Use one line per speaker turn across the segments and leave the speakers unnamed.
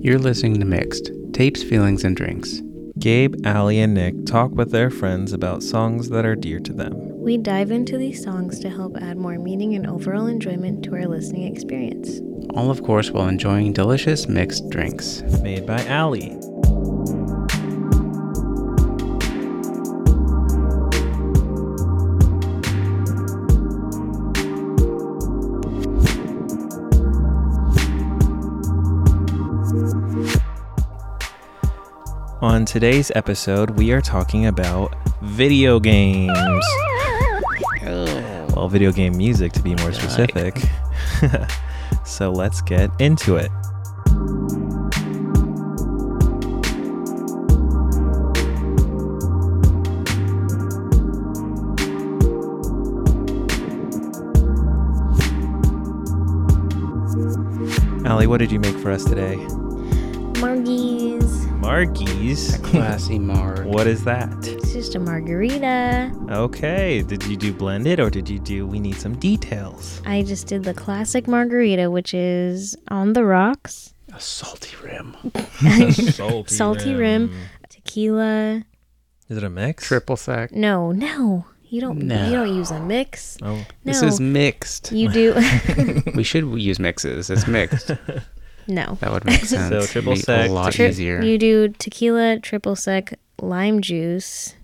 You're listening to Mixed Tapes, Feelings, and Drinks.
Gabe, Allie, and Nick talk with their friends about songs that are dear to them.
We dive into these songs to help add more meaning and overall enjoyment to our listening experience.
All, of course, while enjoying delicious mixed drinks.
Made by Allie. On today's episode, we are talking about video games. Well, video game music to be more specific. so let's get into it. Allie, what did you make for us today?
Margie's.
Margies.
Classy Marg.
What is that?
It's just a margarita.
Okay. Did you do blended or did you do we need some details?
I just did the classic margarita, which is on the rocks,
A salty rim.
Salty,
salty rim, tequila.
Is it a mix?
Triple sec.
No, no, you don't.
No.
You don't use a mix.
Oh.
No,
This is mixed.
you do.
we should use mixes. It's mixed.
no,
that would make sense.
triple
Be
sec,
A lot
tri-
easier.
you do tequila, triple sec, lime juice.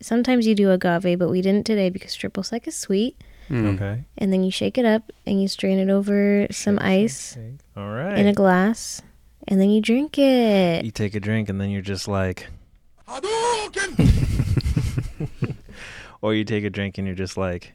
Sometimes you do agave, but we didn't today because triple sec is sweet.
Mm.
Okay.
And then you shake it up and you strain it over some ice
All
in a
right.
glass, and then you drink it.
you take a drink and then you're just like Or you take a drink and you're just like,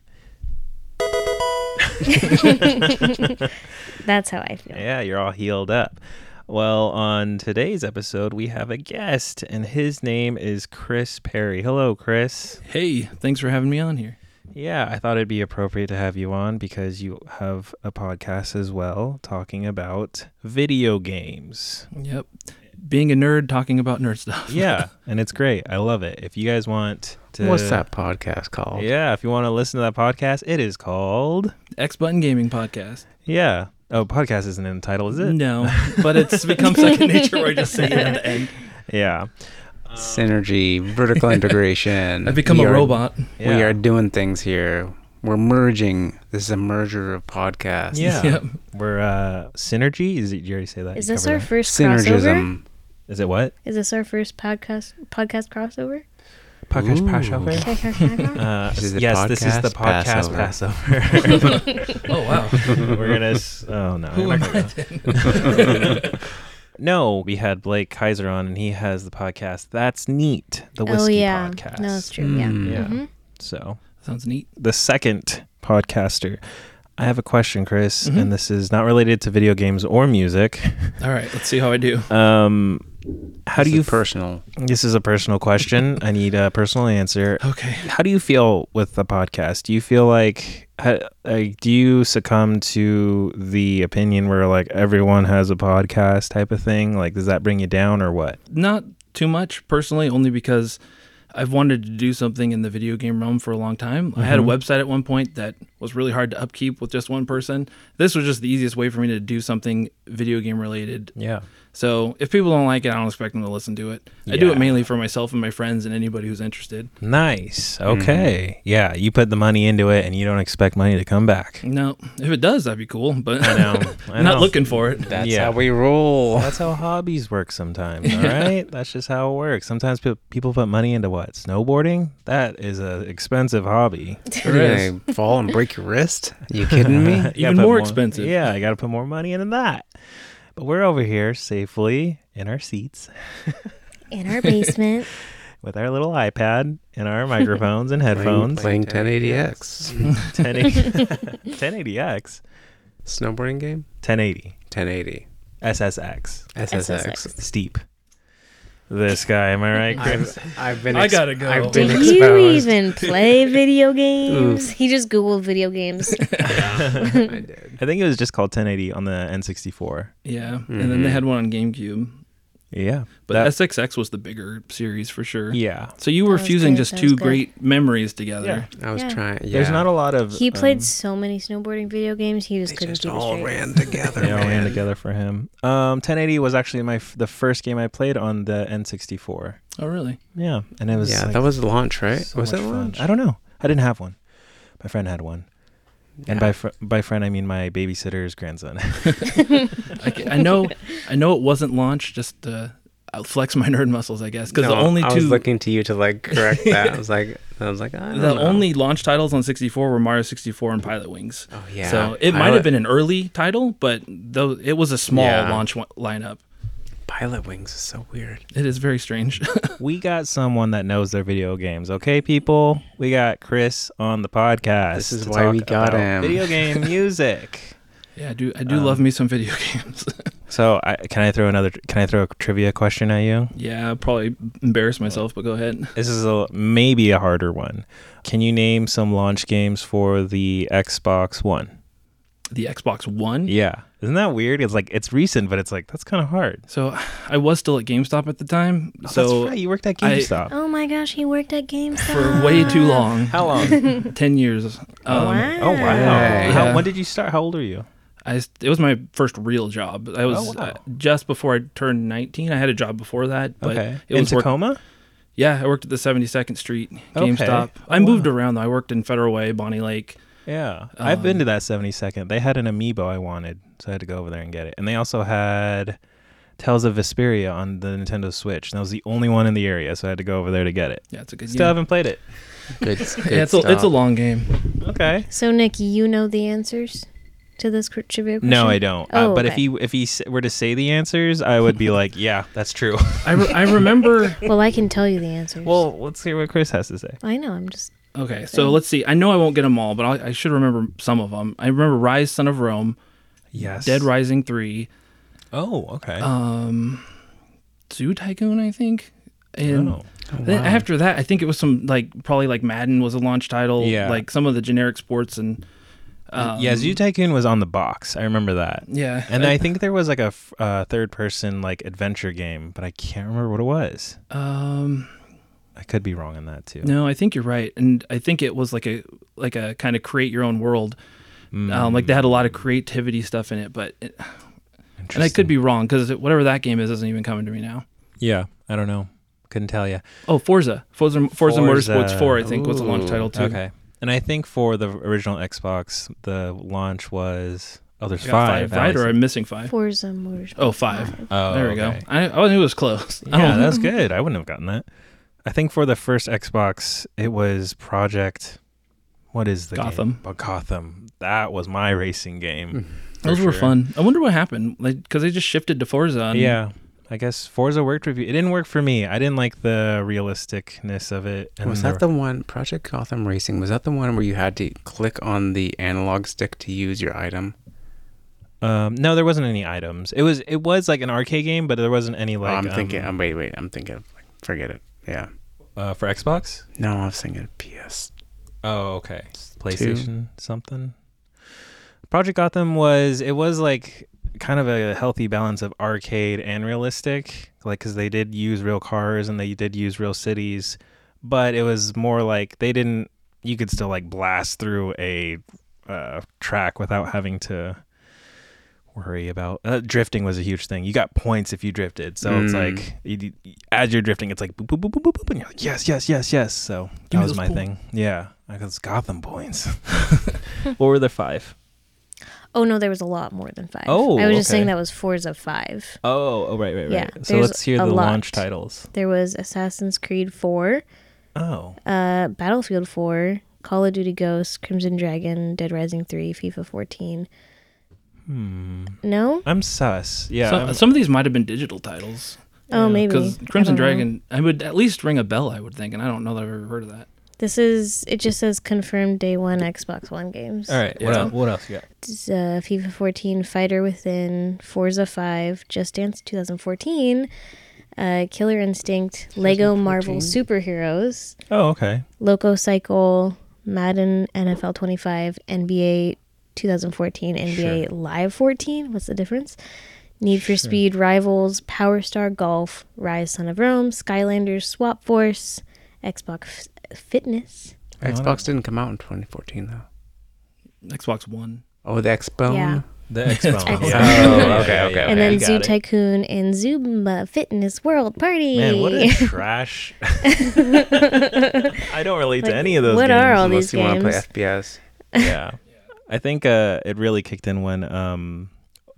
That's how I feel.
yeah, you're all healed up. Well, on today's episode, we have a guest, and his name is Chris Perry. Hello, Chris.
Hey, thanks for having me on here.
Yeah, I thought it'd be appropriate to have you on because you have a podcast as well talking about video games.
Yep. Being a nerd talking about nerd stuff.
Yeah, and it's great. I love it. If you guys want to.
What's that podcast called?
Yeah, if you want to listen to that podcast, it is called.
X Button Gaming Podcast.
Yeah. Oh, podcast isn't in the title, is it?
No, but it's become second nature where I just say it at the end.
Yeah.
Synergy, vertical integration.
I've become
We
a
are-
robot.
Yeah.
We are doing things here. We're merging. This is a merger of podcasts.
Yeah.
Yep.
We're uh synergy. Is it, did you already say that?
Is
You
this
covered
our
that?
first crossover?
Synergism.
Is it what?
Is this our first podcast podcast crossover?
Podcast
Ooh.
Passover? Uh,
Is it the
yes, this is the
podcast
podcast Passover.
Oh, wow.
We're gonna. S- oh no.
Who
we're
am
not
I
gonna-
then?
no, we had Blake Kaiser on, and he has the podcast. That's neat. The whiskey
oh yeah,
podcast.
no, it's true.
Mm.
Yeah.
Yeah.
Mhm.
So
Sounds neat.
the second podcaster. I have a question, Chris,
Mm-hmm.
and this is not related to video games or music.
All right, let's see how I do.
Um, how
This
do you?
is personal?
this is a personal question. I need a personal answer.
Okay.
How do you feel with the podcast? Do you feel like, ha, like do you succumb to the opinion where like everyone has a podcast type of thing? Like, does that bring you down or what?
Not too much personally, only because I've wanted to do something in the video game realm for a long time. I
Mm-hmm.
had a website at one point that was really hard to upkeep with just one person. This was just the easiest way for me to do something video game related
Yeah.
So if people don't like it, I don't expect them to listen to it. I do
Yeah.
it mainly for myself and my friends and anybody who's interested. Hmm.
Nice. Okay. Yeah. You put the money into it and you don't expect money to come back.
No, if it does, that'd be cool, but
I know. I
I'm not
know.
looking for it.
That's
Yeah.
how we roll.
That's how hobbies work sometimes. All right. That's just how it works. Sometimes pe- people put money into what? Snowboarding? That is an expensive hobby.
You're gonna fall and break your wrist? you kidding me?
You
Even
gotta put
more expensive.
Yeah, I got to put more money into that. But we're over here safely in our seats
In our basement,
with our little iPad and our microphones and
Playing,
headphones.
playing 1080x
1080, x
snowboarding game.
1080,
1080
SSX,
SSX.
steep. This guy, am I right, Chris?
I've, I've been.
I gotta go.
I've been
did you
exposed.
even play video games? He just googled video games.
I did.
I think it was just called 1080 on the N64.
Yeah. And then they had one on GameCube.
Yeah.
But
Mm-hmm. that-
SXX was the bigger series for sure.
yeah.
So you were
was
fusing
good,
just
that
two
was good.
great memories together.
I was
Yeah.
trying. Yeah.
There's not a lot of.
He played
um,
so many snowboarding video games. He just
They
couldn't
just
keep it
all
straight.
ran together.
they all ran
Oh, man.
together for him. Um, 1080 was actually my f- the first game I played on the N64.
Oh, really?
Yeah, and it was
yeah,
like,
that was the launch, right?
so
was
much
that
fun.
launch?
I don't know. I didn't have one. My friend had one, and
Yeah.
by fr- by friend I mean my babysitter's grandson.
I, ca- I know. I know it wasn't launched. Just to uh, flex my nerd muscles, I guess, because the
No,
only
I was
two
looking to you to like correct that. I was like, I was like, I don't
the
know.
only launch titles on 64 were Mario 64 and Pilot Wings.
Oh yeah.
So it might
Pilot-
have been an early title, but though it was a small
Yeah.
launch one, lineup.
Pilot Wings is so weird.
It is very strange.
we got someone that knows their video games, okay, people. We got Chris on the podcast.
This is
to
why we
talk
got
about
him.
Video game music.
yeah, I do. I do
Um,
love me some video games.
So I, can I throw another? Can I throw a trivia question at you?
yeah, I'll probably embarrass myself, but go ahead.
This is a maybe a harder one. Can you name some launch games for the Xbox One?
The Xbox One.
Yeah, isn't that weird? It's like it's recent, but it's like that's kind of hard.
So I was still at GameStop at the time.
Oh,
so
that's right. You worked at
I-
GameStop.
Oh my gosh, he worked at GameStop
for way too long,
How long?
ten years. Um,
wow.
oh wow!
Yeah.
How, when did you start? How old are you?
I s- it was my first real job. I was
Oh, wow.
uh, just before I turned 19. I had a job before that, but
Okay,
it
in
was work-
Tacoma.
yeah, I worked at the 72nd Street
Okay.
GameStop.
Oh,
I moved
wow.
around though. I worked in Federal Way, Bonnie Lake.
yeah, I've
Um,
been to that seventy second. They had an amiibo I wanted, so I had to go over there and get it. And they also had Tales of Vesperia on the Nintendo Switch. And that was the only one in the area, so I had to go over there to get it.
Yeah, it's a good
Still haven't played it.
Good.
game. Yeah, it's a, it's a long game.
Okay.
So Nick, you know the answers to this cr- trivia question?
No, I don't.
Oh,
uh, but if
okay.
he if he s- were to say the answers, I would be like, yeah, that's true.
I, re- I remember.
Well, I can tell you the answers.
well, let's hear what Chris has to say.
I know. I'm just
Okay, so let's see. I know I won't get them all, but I'll, I should remember some of them. I remember Rise, Son of Rome,
Yes.
Dead Rising Three,
Oh, okay.
um, Zoo Tycoon, I think, and.
Oh.
Then after that, I think it was some like probably like Madden was a launch title.
Yeah.
Like some of the generic sports and um,
yeah, Zoo Tycoon was on the box. I remember that.
Yeah.
And I think there was like a f- uh, third person like adventure game, but I can't remember what it was.
um
I could be wrong on that too.
no, I think you're right, and I think it was like a like a kind of create your own world.
Hmm.
Um, like they had a lot of creativity stuff in it, but it, and I could be wrong because whatever that game is isn't even coming to me now.
Yeah, I don't know. Couldn't tell you.
Oh, Forza, Forza, Forza,
Forza.
Motorsports Four, I think was a launch title too.
Okay. And I think for the original Xbox, the launch was oh, there's
I got
five.
five, right?
Alex.
Or I'm missing five.
Forza Motorsport.
Oh, five.
oh,
there we
okay.
go. I, I knew it was close. I
Yeah,
don't-
that's good. I wouldn't have gotten that. I think for the first Xbox, it was Project. What is the game?
Gotham. Hmm.
But Gotham. That was my racing
Hmm.
game. for
Those were
sure.
fun. I wonder what happened. Like, because they just shifted to Forza. And
Yeah. I guess Forza worked with you. It didn't work for me. I didn't like the realisticness of it.
was that the one Project Gotham Racing? Was that the one where you had to click on the analog stick to use your item?
the? Um, no, there wasn't any items. It was it was like an arcade game, but there wasn't any like.
oh, I'm thinking.
um,
I'm wait, wait. I'm thinking. Like, forget it. Yeah.
uh, for Xbox.
No, I was thinking PS.
Oh, okay. PlayStation something. Project Gotham was it was like kind of a healthy balance of arcade and realistic, like because they did use real cars and they did use real cities, but it was more like they didn't. You could still like blast through a uh, track without having to worry about uh, drifting was a huge thing. You got points if you drifted, so it's
Mm.
like you, you- as you're drifting, it's like boop boop boop boop boop, boop, and you're like yes yes yes yes. So
Give
that
me
was
those
my
points.
thing. Yeah, I got Gotham points. what were the five?
Oh no, there was a lot more than five.
Oh,
I was just saying
okay.
that was Forza five.
Oh, oh right, right, right.
Yeah,
so
there's
let's hear
a
the
lot.
launch titles.
There was Assassin's Creed four,
Oh,
uh, Battlefield four, Call of Duty Ghosts, Crimson Dragon, Dead Rising three, FIFA fourteen. Hmm. No.
I'm sus. Yeah,
So,
I'm-
some of these might have been digital titles.
Oh, maybe.
Because
I don't
Crimson
know.
Dragon, I would at least ring a bell, I would think, and I don't know that I've ever heard of that.
This is. It just says confirmed day one Xbox One games.
all right. What
Yeah.
else? What else? Yeah.
It's, uh, FIFA 14, Fighter Within, Forza 5, Just Dance 2014, uh, Killer Instinct, Lego Marvel Superheroes,
Oh, okay.
Loco Cycle, Madden NFL 25, NBA 2014, NBA Live 14. What's the difference? Need for Speed Rivals, Power Star Golf, Rise Son of Rome, Skylanders, Swap Force, Xbox F- Fitness.
Xbox didn't come out in 2014 though.
Xbox One.
Oh, the Xbone.
Yeah.
The Xbox.
Oh, okay,
okay, okay.
and then Zoo
Oh, Got it.
Tycoon and Zumba Fitness World Party.
Man, what a trash! I don't relate to
Like,
any of those.
what
games.
are all
Unless
these
you want to play
games.
FPS.
yeah. I think uh, it really kicked in when um,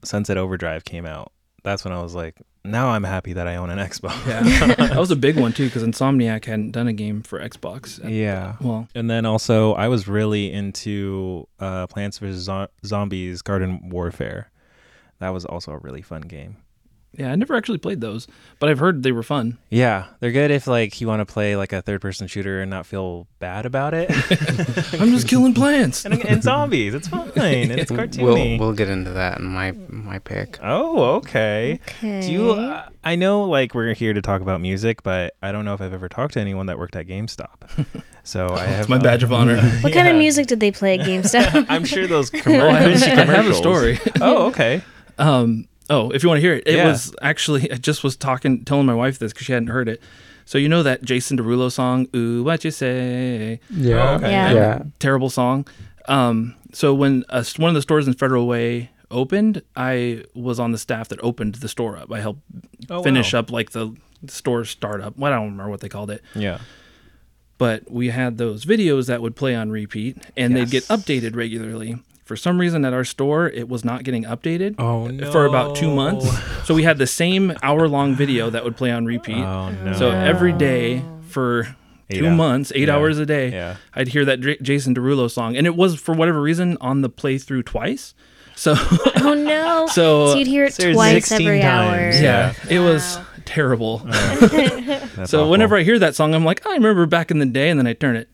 Sunset Overdrive came out. That's when I was like, now I'm happy that I own an Xbox.
Yeah, that was a big one too because Insomniac hadn't done a game for Xbox. at-
Yeah.
Well,
And then also, I was really into uh, Plants vs. Zo- Zombies Garden Warfare. That was also a really fun game.
yeah, I never actually played those, but I've heard they were fun.
Yeah, they're good if like you want to play like a third-person shooter and not feel bad about it.
I'm just killing plants.
and, and zombies, it's fine. and It's
We'll
cartoony.
we'll get into that in my my pick.
oh, okay.
okay.
Do you?
Mm-hmm.
Uh, I know, like we're here to talk about music, but I don't know if I've ever talked to anyone that worked at GameStop. So I have
It's my badge of honor.
what kind of music did they play at GameStop?
I'm sure those
well, I
commercials.
have, I have a story.
Oh, okay.
Um, oh, if you want to hear it, it
Yeah.
was actually I just was talking, telling my wife this because she hadn't heard it. So you know that Jason Derulo song, "Ooh, what you say?"
Yeah.
Oh, okay.
Yeah.
Yeah.
terrible song. Um, so when uh, one of the stores in Federal Way opened, I was on the staff that opened the store up. I helped
Oh,
finish
wow.
up like the store startup. Well, I don't remember what they called it,
Yeah.
but we had those videos that would play on repeat, and they'd get updated regularly. For some reason, at our store, it was not getting updated
Oh
uh,
for about two months. So we had the same hour-long video that would play on repeat.
Oh no.
So every day for
Eight
two
hours.
months, eight
Yeah.
hours a day,
Yeah.
I'd hear that Dr- Jason Derulo song, and it was for whatever reason on the playthrough twice. So
oh no!
So-
you'd hear it
So there's
twice
16
every
times. Yeah.
hour.
yeah, it was terrible.
That's
so
awful.
whenever I hear that song, I'm like, I remember back in the day, and then I turn it.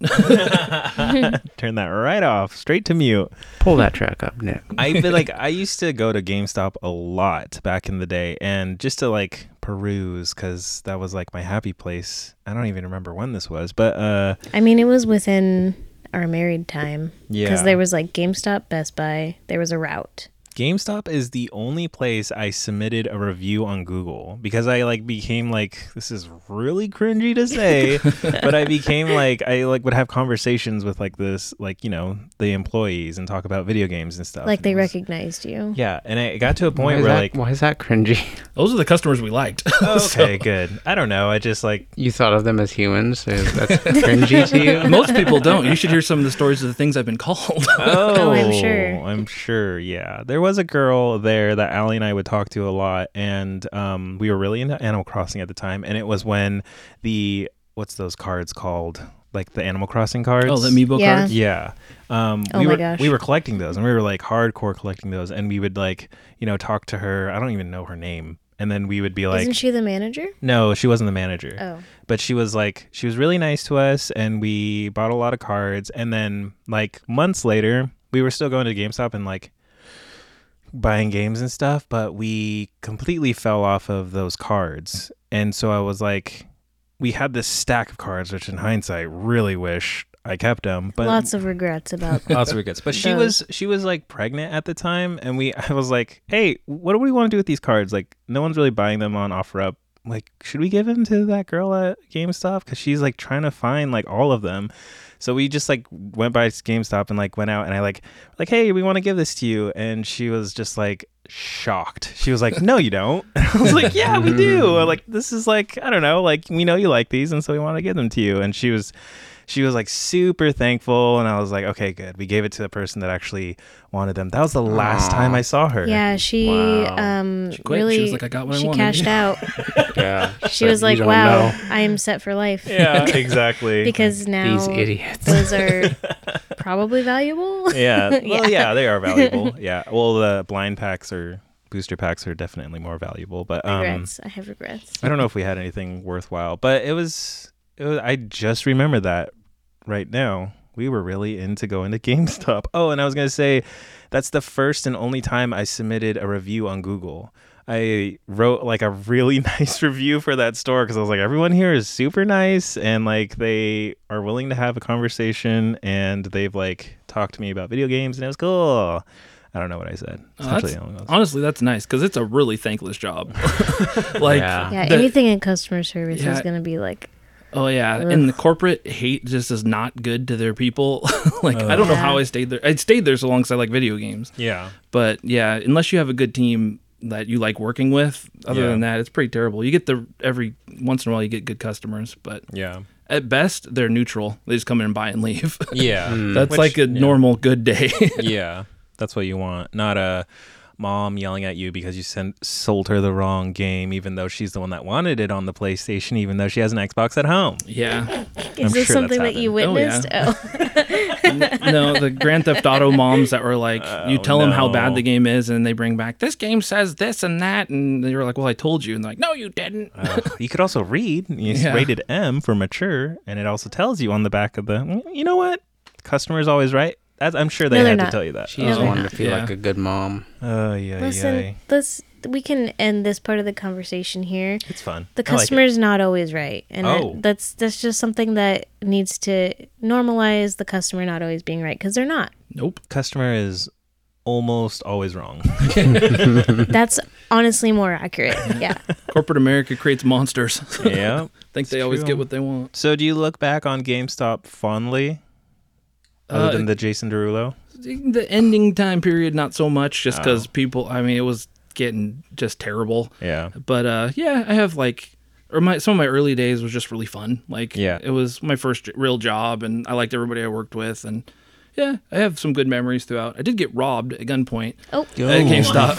turn that right off, straight to mute.
Pull that track up, Nick.
I feel like I used to go to GameStop a lot back in the day, and just to like peruse because that was like my happy place. I don't even remember when this was, but uh,
I mean, it was within our married time.
Yeah.
Because there was like GameStop, Best Buy. There was a route.
GameStop is the only place I submitted a review on Google because I like became like this is really cringy to say, but I became like I like would have conversations with like this like you know the employees and talk about video games and stuff.
Like
And
they
it was-
recognized you.
Yeah, and it got to a
Why
point
is,
where
that,
like oh,
why is that cringy?
Those are the customers we liked.
okay, good. I don't know. I just like
You thought of them as humans, so that's cringy to you.
Most people don't. You should hear some of the stories of the things I've been called.
oh,
I'm sure.
I'm sure, Yeah, there was a girl there that Allie and I would talk to a lot, and um, we were really into Animal Crossing at the time, and it was when the what's those cards called? Like the Animal Crossing cards.
oh, the Amiibo
Yeah.
cards.
Yeah. Um,
Oh
we
my
were,
gosh.
We were collecting those and we were like hardcore collecting those. And we would like, you know, talk to her. I don't even know her name. And then we would be like,
Isn't she the manager?
no, she wasn't the manager
Oh,
but she was like she was really nice to us and we bought a lot of cards and then like months later we were still going to GameStop and like buying games and stuff but we completely fell off of those cards and so I was like we had this stack of cards which in hindsight really wish I kept them but
lots of regrets about.
lots of regrets. But she
Those.
was she was like pregnant at the time, and we I was like, hey, what do we want to do with these cards? Like, no one's really buying them on OfferUp. Like, should we give them to that girl at GameStop? Because she's like trying to find like all of them. So we just like went by GameStop and like went out and I like like hey we want to give this to you and she was just like shocked. She was like no you don't. I was like yeah we do. Like this is like I don't know like we know you like these and so we want to give them to you and she was she was like super thankful and I was like okay good we gave it to the person that actually wanted them. That was the last time I saw her.
Yeah, she
Wow.
um
quit. She
really
was like, "I got what I
she
wanted."
cashed out.
Yeah.
She
But
was like,
you don't
"Wow,
know.
I am set for life."
Yeah, exactly.
because now Oh,
These idiots.
those are probably valuable.
yeah. Well, yeah.
Yeah.
they are valuable. yeah. Well, the blind packs or booster packs are definitely more valuable, but um
regrets. I have regrets.
I don't know if we had anything worthwhile, but it was, it was. I just remember that right now. We were really into going to GameStop. Oh, and I was gonna say, that's the first and only time I submitted a review on Google. I wrote like a really nice review for that store because I was like, everyone here is super nice and like they are willing to have a conversation and they've like talked to me about video games and it was cool. I don't know what I said.
Oh, that's-
Essentially, the only ones.
honestly, that's nice because it's a really thankless job. like,
Yeah.
Yeah,
the-
anything in customer service is
Yeah.
going to be like,
oh yeah, and the corporate hate just is not good to their people. like, I don't know
Yeah.
how I stayed there. I stayed there so long because I like video games.
yeah.
But yeah, unless you have a good team that you like working with, other
Yeah.
than that, it's pretty terrible. You get the every once in a while you get good customers, but
Yeah.
at best they're neutral. They just come in and buy and leave.
Yeah.
That's
Mm. Which-
like a
yeah.
normal good day.
yeah. That's what you want. Not a mom yelling at you because you sent, sold her the wrong game, even though she's the one that wanted it on the PlayStation, even though she has an Xbox at home.
yeah.
is
I'm
this
sure that's
something that you
happened. Oh, yeah.
witnessed? Oh,
No, the Grand Theft Auto moms that were like, you tell them how bad
Oh, no.
the game is, and they bring back this game says this and that, and they were like, well, I told you, and they're like, no, you didn't.
Uh, you could also read. It's
Yeah.
rated M for mature, and it also tells you on the back of the. "Mm, You know what? Customer is always right. That's, I'm sure they
No, they're
had to
not.
tell you that.
She just
they're
wanted
not.
to feel
Yeah.
like a good mom.
Oh yeah, yeah.
listen, let's we can end this part of the conversation here.
It's fun.
The
I like it.
customer is not always right, and that-
Oh.
that's that's just something that needs to normalize the customer not always being right because they're not.
Nope.
customer is almost always wrong. Mm-hmm.
That's honestly more accurate. Yeah.
Corporate America creates monsters.
yeah.
Think they
It's
always
true.
get what they want.
So do you look back on GameStop fondly? Other
Uh,
than the Jason Derulo,
the ending time period not so much
Oh.
just because people i mean it was getting just terrible
yeah,
but uh yeah i have like or my some of my early days was just really fun like
Yeah.
it was my first j- real job and i liked everybody i worked with and yeah i have some good memories throughout i did get robbed at gunpoint
Oh.
at GameStop.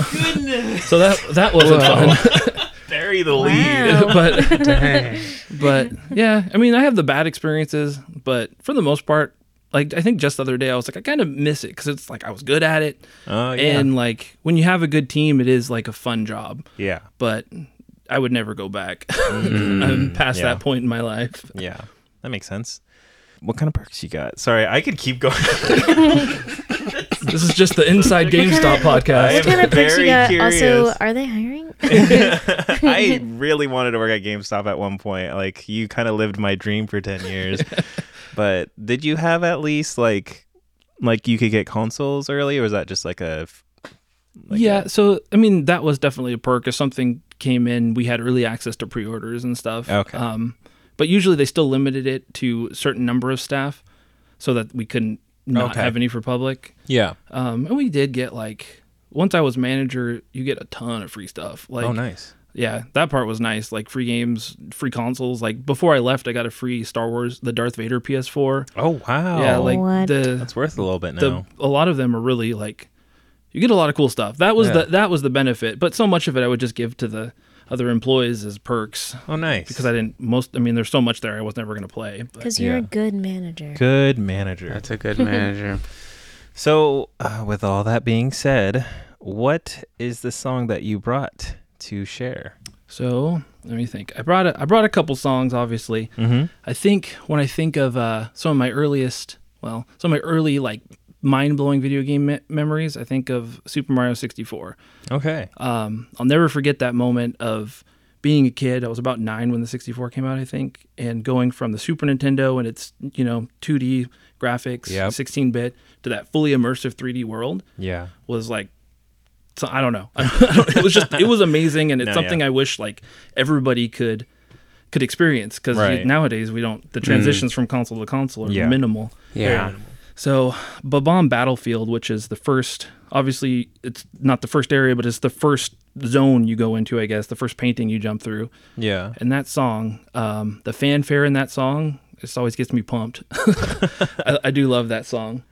so that that wasn't fun
bury the
Wow.
but but yeah i mean i have the bad experiences but for the most part like i think just the other day i was like i kind of miss it because it's like i was good at it
Oh yeah,
and like when you have a good team, it is like a fun job.
yeah,
But I would never go back. I'm past
Mm-hmm. yeah.
that point in my life.
yeah. That makes sense. What kind of perks you got? Sorry, I could keep going.
This is just the Inside
I
GameStop podcast.
What kind of perks you
very
got? Also,
curious.
are they hiring?
I really wanted to work at GameStop at one point. Like you kind of lived my dream for 10 years. but did you have at least like like you could get consoles early or was that just like a f- like
yeah. So I mean, that was definitely a perk. If something came in, we had early access to pre-orders and stuff.
Okay.
Um, but usually they still limited it to a certain number of staff, so that we couldn't not
Okay.
have any for public.
yeah.
Um, and we did get like once I was manager, you get a ton of free stuff. Like
oh nice.
Yeah, that part was nice. Like free games, free consoles. Like before I left, I got a free Star Wars, the Darth Vader PS4.
Oh wow.
yeah, like
What?
the
that's worth a little bit
the
now.
a lot of them are really like you get a lot of cool stuff. That was
Yeah.
the that was the benefit, but so much of it I would just give to the other employees as perks
oh nice.
because I didn't most. I mean, there's so much there I was never gonna play. But
Because you're a
Yeah.
good manager.
Good manager.
That's a good manager.
so, uh, with all that being said, what is the song that you brought to share?
so let me think. I brought a, I brought a couple songs, obviously.
Mm-hmm.
I think when I think of uh, some of my earliest, well, some of my early like mind-blowing video game me- memories, I think of Super Mario 64.
Okay.
Um, I'll never forget that moment of being a kid. I was about nine when the 64 came out, I think, and going from the Super Nintendo and its you know 2D graphics,
Yep.
16-bit, to that fully immersive 3D world
Yeah.
was like so I don't know. I don't- it was just it was amazing, and it's
No,
something
yeah.
I wish like everybody could could experience because
Right. Mm.
nowadays we don't the transitions from console to console are
Yeah.
minimal.
Yeah.
So Babam Battlefield, which is the first, obviously it's not the first area, but it's the first zone you go into, I guess, the first painting you jump through.
Yeah.
And that song, um, the fanfare in that song, just always gets me pumped. I, I do love that song.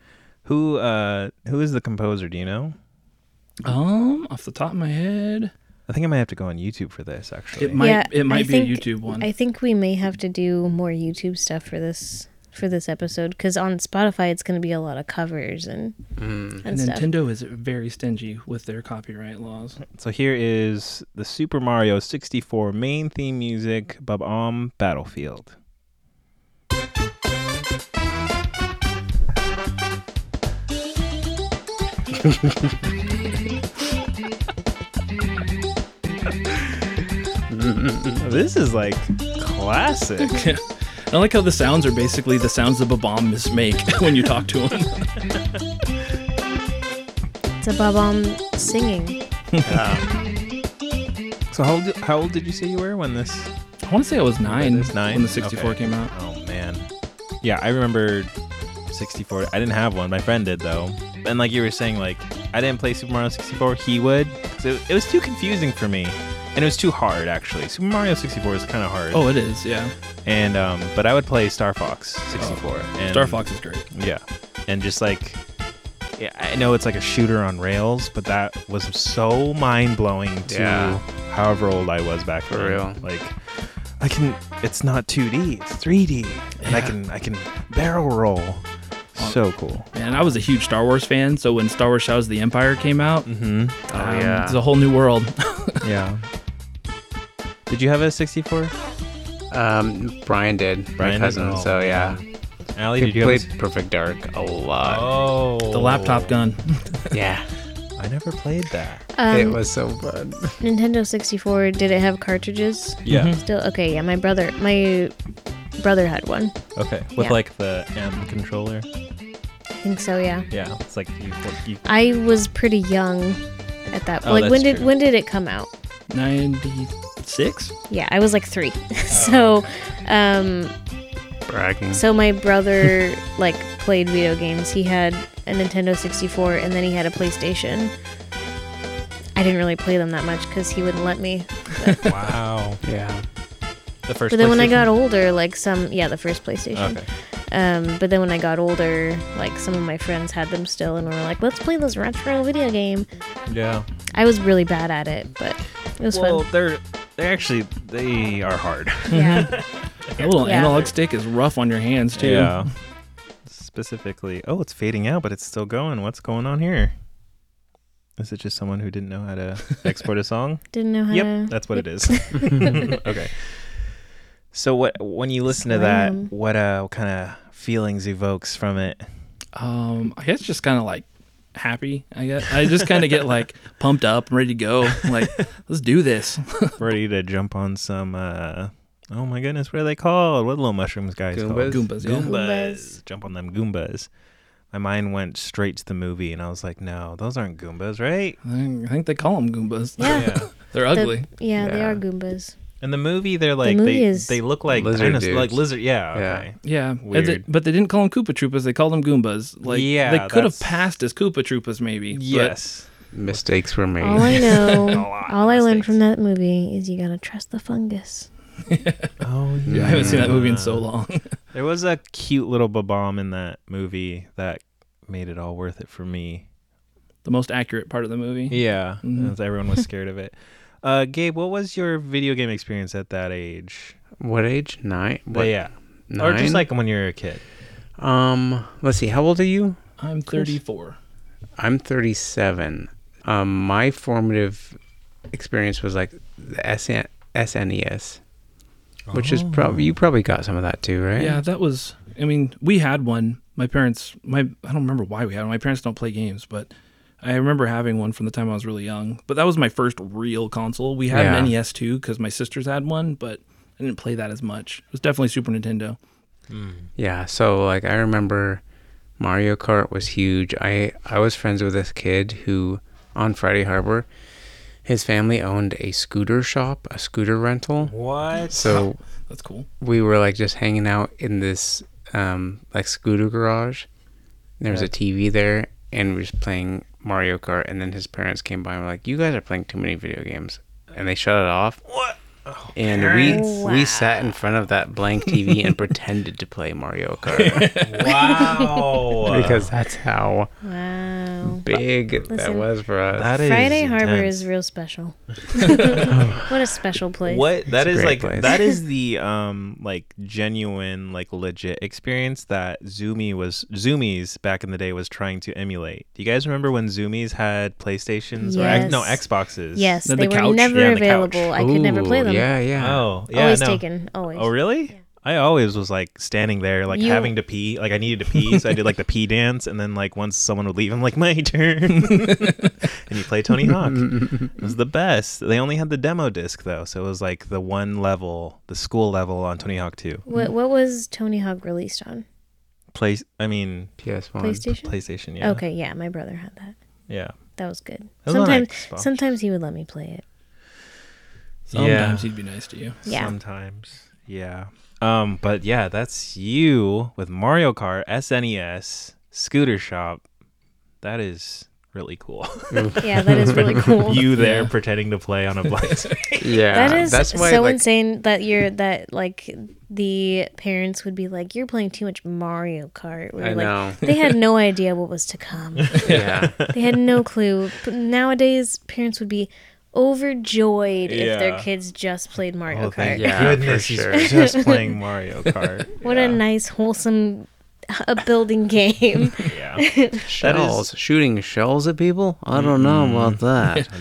Who uh who is the composer, do you know?
Um, off the top of my head,
I think I might have to go on YouTube for this actually.
It might
yeah,
it
I
might be a
think-
YouTube one.
I think we may have to do more YouTube stuff for this for this episode because on Spotify it's going to be a lot of covers and
Mm.
and, stuff.
Nintendo is very stingy with their copyright laws.
so here is the Super Mario 64 main theme music, Bob-omb Battlefield. this is like classic.
I like how the sounds are basically the sounds the Babam make when you talk to them.
It's above um singing.
So how old, how old did you say you were when this?
I want to say I was nine,
this nine
when the 64
Okay.
came out.
Oh man. Yeah, I remember 64. I didn't have one. My friend did though. And like you were saying, like I didn't play Super Mario 64. He would. 'Cause it, it was too confusing for me, and it was too hard actually. Super Mario 64 is kind of hard.
Oh, it is, yeah.
And um, but I would play Star Fox 64. And,
Star Fox is great.
Yeah. And just like. Yeah, I know it's like a shooter on rails, but that was so mind blowing to
Yeah.
however old I was back
For
then.
real.
Like, I can. It's not 2D. It's 3D, and I can I can barrel roll. So cool.
Man, I was a huge Star Wars fan, so when Star Wars Shadows of the Empire came out,
Mm-hmm.
Oh,
um,
yeah.
it's a whole new world.
Yeah. Did you have a 64?
Um, Brian did.
Brian
my
did?
cousin.
Oh,
so yeah,
Allie,
he
did you
played
have? a-
Perfect Dark a lot.
Oh,
the laptop gun.
Yeah,
I never played that.
Um,
it was so fun.
Nintendo 64. Did it have cartridges?
Yeah.
Still okay. Yeah, my brother, my brother had one.
Okay. With
Yeah.
like the M controller.
I think so. Yeah.
Yeah. It's like you, you
I was pretty young at that.
Oh,
like when
that's
did
true.
when did it come out?
96?
Yeah, I was like three.
Oh,
so, um,
Bragging.
so my brother like played video games. He had a Nintendo 64 and then he had a PlayStation. I didn't really play them that much because he wouldn't let me.
Wow.
yeah.
The first.
But then when I got
PlayStation?
older, like some yeah, the first PlayStation.
Okay.
Um, but then when I got older, like some of my friends had them still and were like, "Let's play this retro video game."
Yeah.
I was really bad at it, but it was
Well,
fun.
they're they actually they are hard.
Yeah.
That little
Yeah.
analog stick is rough on your hands, too.
Specifically, oh, it's fading out, but it's still going. What's going on here? Is it just someone who didn't know how to export a song?
Didn't know how
yep,
to.
that's what it is. okay. So what when you listen to that,
Slam.
what uh what kind of feelings evokes from it?
Um, I guess just kind of like happy, I guess. I just kind of get like pumped up and ready to go. I'm like, let's do this.
Ready to jump on some uh Oh my goodness, what are they called? What little mushrooms guys
Goombas?
called?
Goombas, yeah.
Goombas.
Goombas.
Jump on them Goombas. My mind went straight to the movie, and I was like, "No, those aren't Goombas, right?"
I think- I think they call them Goombas.
Yeah.
They're
The-
ugly.
yeah, they
Yeah.
are Goombas.
In the movie, they're like
movie
they
is-
they look like
Lizard
dinosaurs, like
dudes.
lizard. Yeah,
Yeah.
okay.
Yeah, and they-
Weird.
but they didn't call them Koopa Troopas. They called them Goombas. Like,
Yeah,
they could have
that's-
passed as Koopa Troopas, maybe. but
Yes.
Mistakes were made.
All I know,
lot
all I learned
mistakes.
from that movie is you gotta trust the fungus.
Oh yeah.
I haven't seen that movie in so long.
There was a cute little bomb in that movie that made it all worth it for me.
the most accurate part of the movie.
Yeah,
Mm-hmm.
Mhm.
as everyone was scared of it. Uh, Gabe, what was your video game experience at that age?
What age? Nine. What?
yeah,
Nine?
or just like when you were a kid.
Um. Let's see. How old are you?
I'm 34.
I'm 37. Um, my formative experience was like the SN- SNES, E which is probably you probably got some of that too, right?
Yeah, that was. I mean, we had one. My parents. My I don't remember why we had one. My parents don't play games, but I remember having one from the time I was really young. But that was my first real console. We had an
Yeah.
NES too because my sisters had one, but I didn't play that as much. It was definitely Super Nintendo.
Yeah. So like I remember Mario Kart was huge. I I was friends with this kid who on Friday Harbor, his family owned a scooter shop, a scooter rental.
What?
So
That's cool.
we were like just hanging out in this um like scooter garage. There was a TV there and we were just playing Mario Kart and then his parents came by and were like, You guys are playing too many video games and they shut it off.
What? Oh,
and we we sat in front of that blank TV and pretended to play Mario Kart.
Wow.
because that's how
Wow.
big that
Listen.
was for us.
that is
Friday Harbor
intense. Oh.
is real special. what a special place.
What that
a
is
great
like
place.
that is the um like genuine like legit experience that Zoomy was Zoomies back in the day was trying to emulate. Do you guys remember when Zoomies had PlayStations or X, no
Yes.
Xboxes?
Yes,
The-
they
the
were
couch?
never
Yeah, the
available.
couch.
I could never play
Ooh,
them.
Yeah, yeah.
Oh yeah.
always
no.
taken. Always.
Oh really? I always was like standing there, like
You-
having to pee. Like I needed to pee, so I did like the pee dance, and then like once someone would leave, I'm like, my turn. and you play Tony Hawk. it was the best. They only had the demo disc though, so it was like the one level, the school level on Tony Hawk Two.
What What was Tony Hawk released on?
Play, I mean
PS1.
PlayStation.
PlayStation. Yeah.
Okay, yeah, my brother had that.
Yeah.
That was good.
It was on
sometimes,
Xbox.
sometimes he would let me play it.
Sometimes he'd be nice to you.
Yeah.
Sometimes. Yeah. Um, but yeah, that's you with Mario Kart, SNES, Scooter Shop. That is really cool.
Yeah, that is really cool.
you there pretending to play on a blind screen.
Yeah,
that is
that's why
so
like
insane that you're that like the parents would be like, "You're playing too much Mario Kart." We
I
were like,
know.
they had no idea what was to come.
yeah,
They had no clue. But nowadays, parents would be overjoyed if their
Yeah.
kids just played Mario
Oh,
Kart.
thank
Yeah, for
goodness he's
sure.
just playing Mario Kart.
What
yeah.
a nice, wholesome, upbuilding game.
yeah.
shells shooting shells at people. I don't know about
Mm-hmm.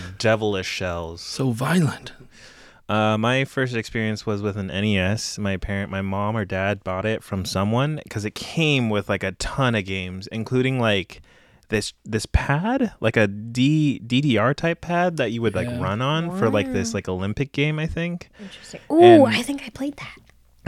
that.
devilish shells.
So violent.
Uh, my first experience was with an NES. My parent, my mom or dad bought it from someone because it came with like a ton of games, including like this this pad, like a D DDR type pad that you would like
Yeah.
run on for like this like Olympic game, I think.
Interesting. Ooh,
And-
I think I played that.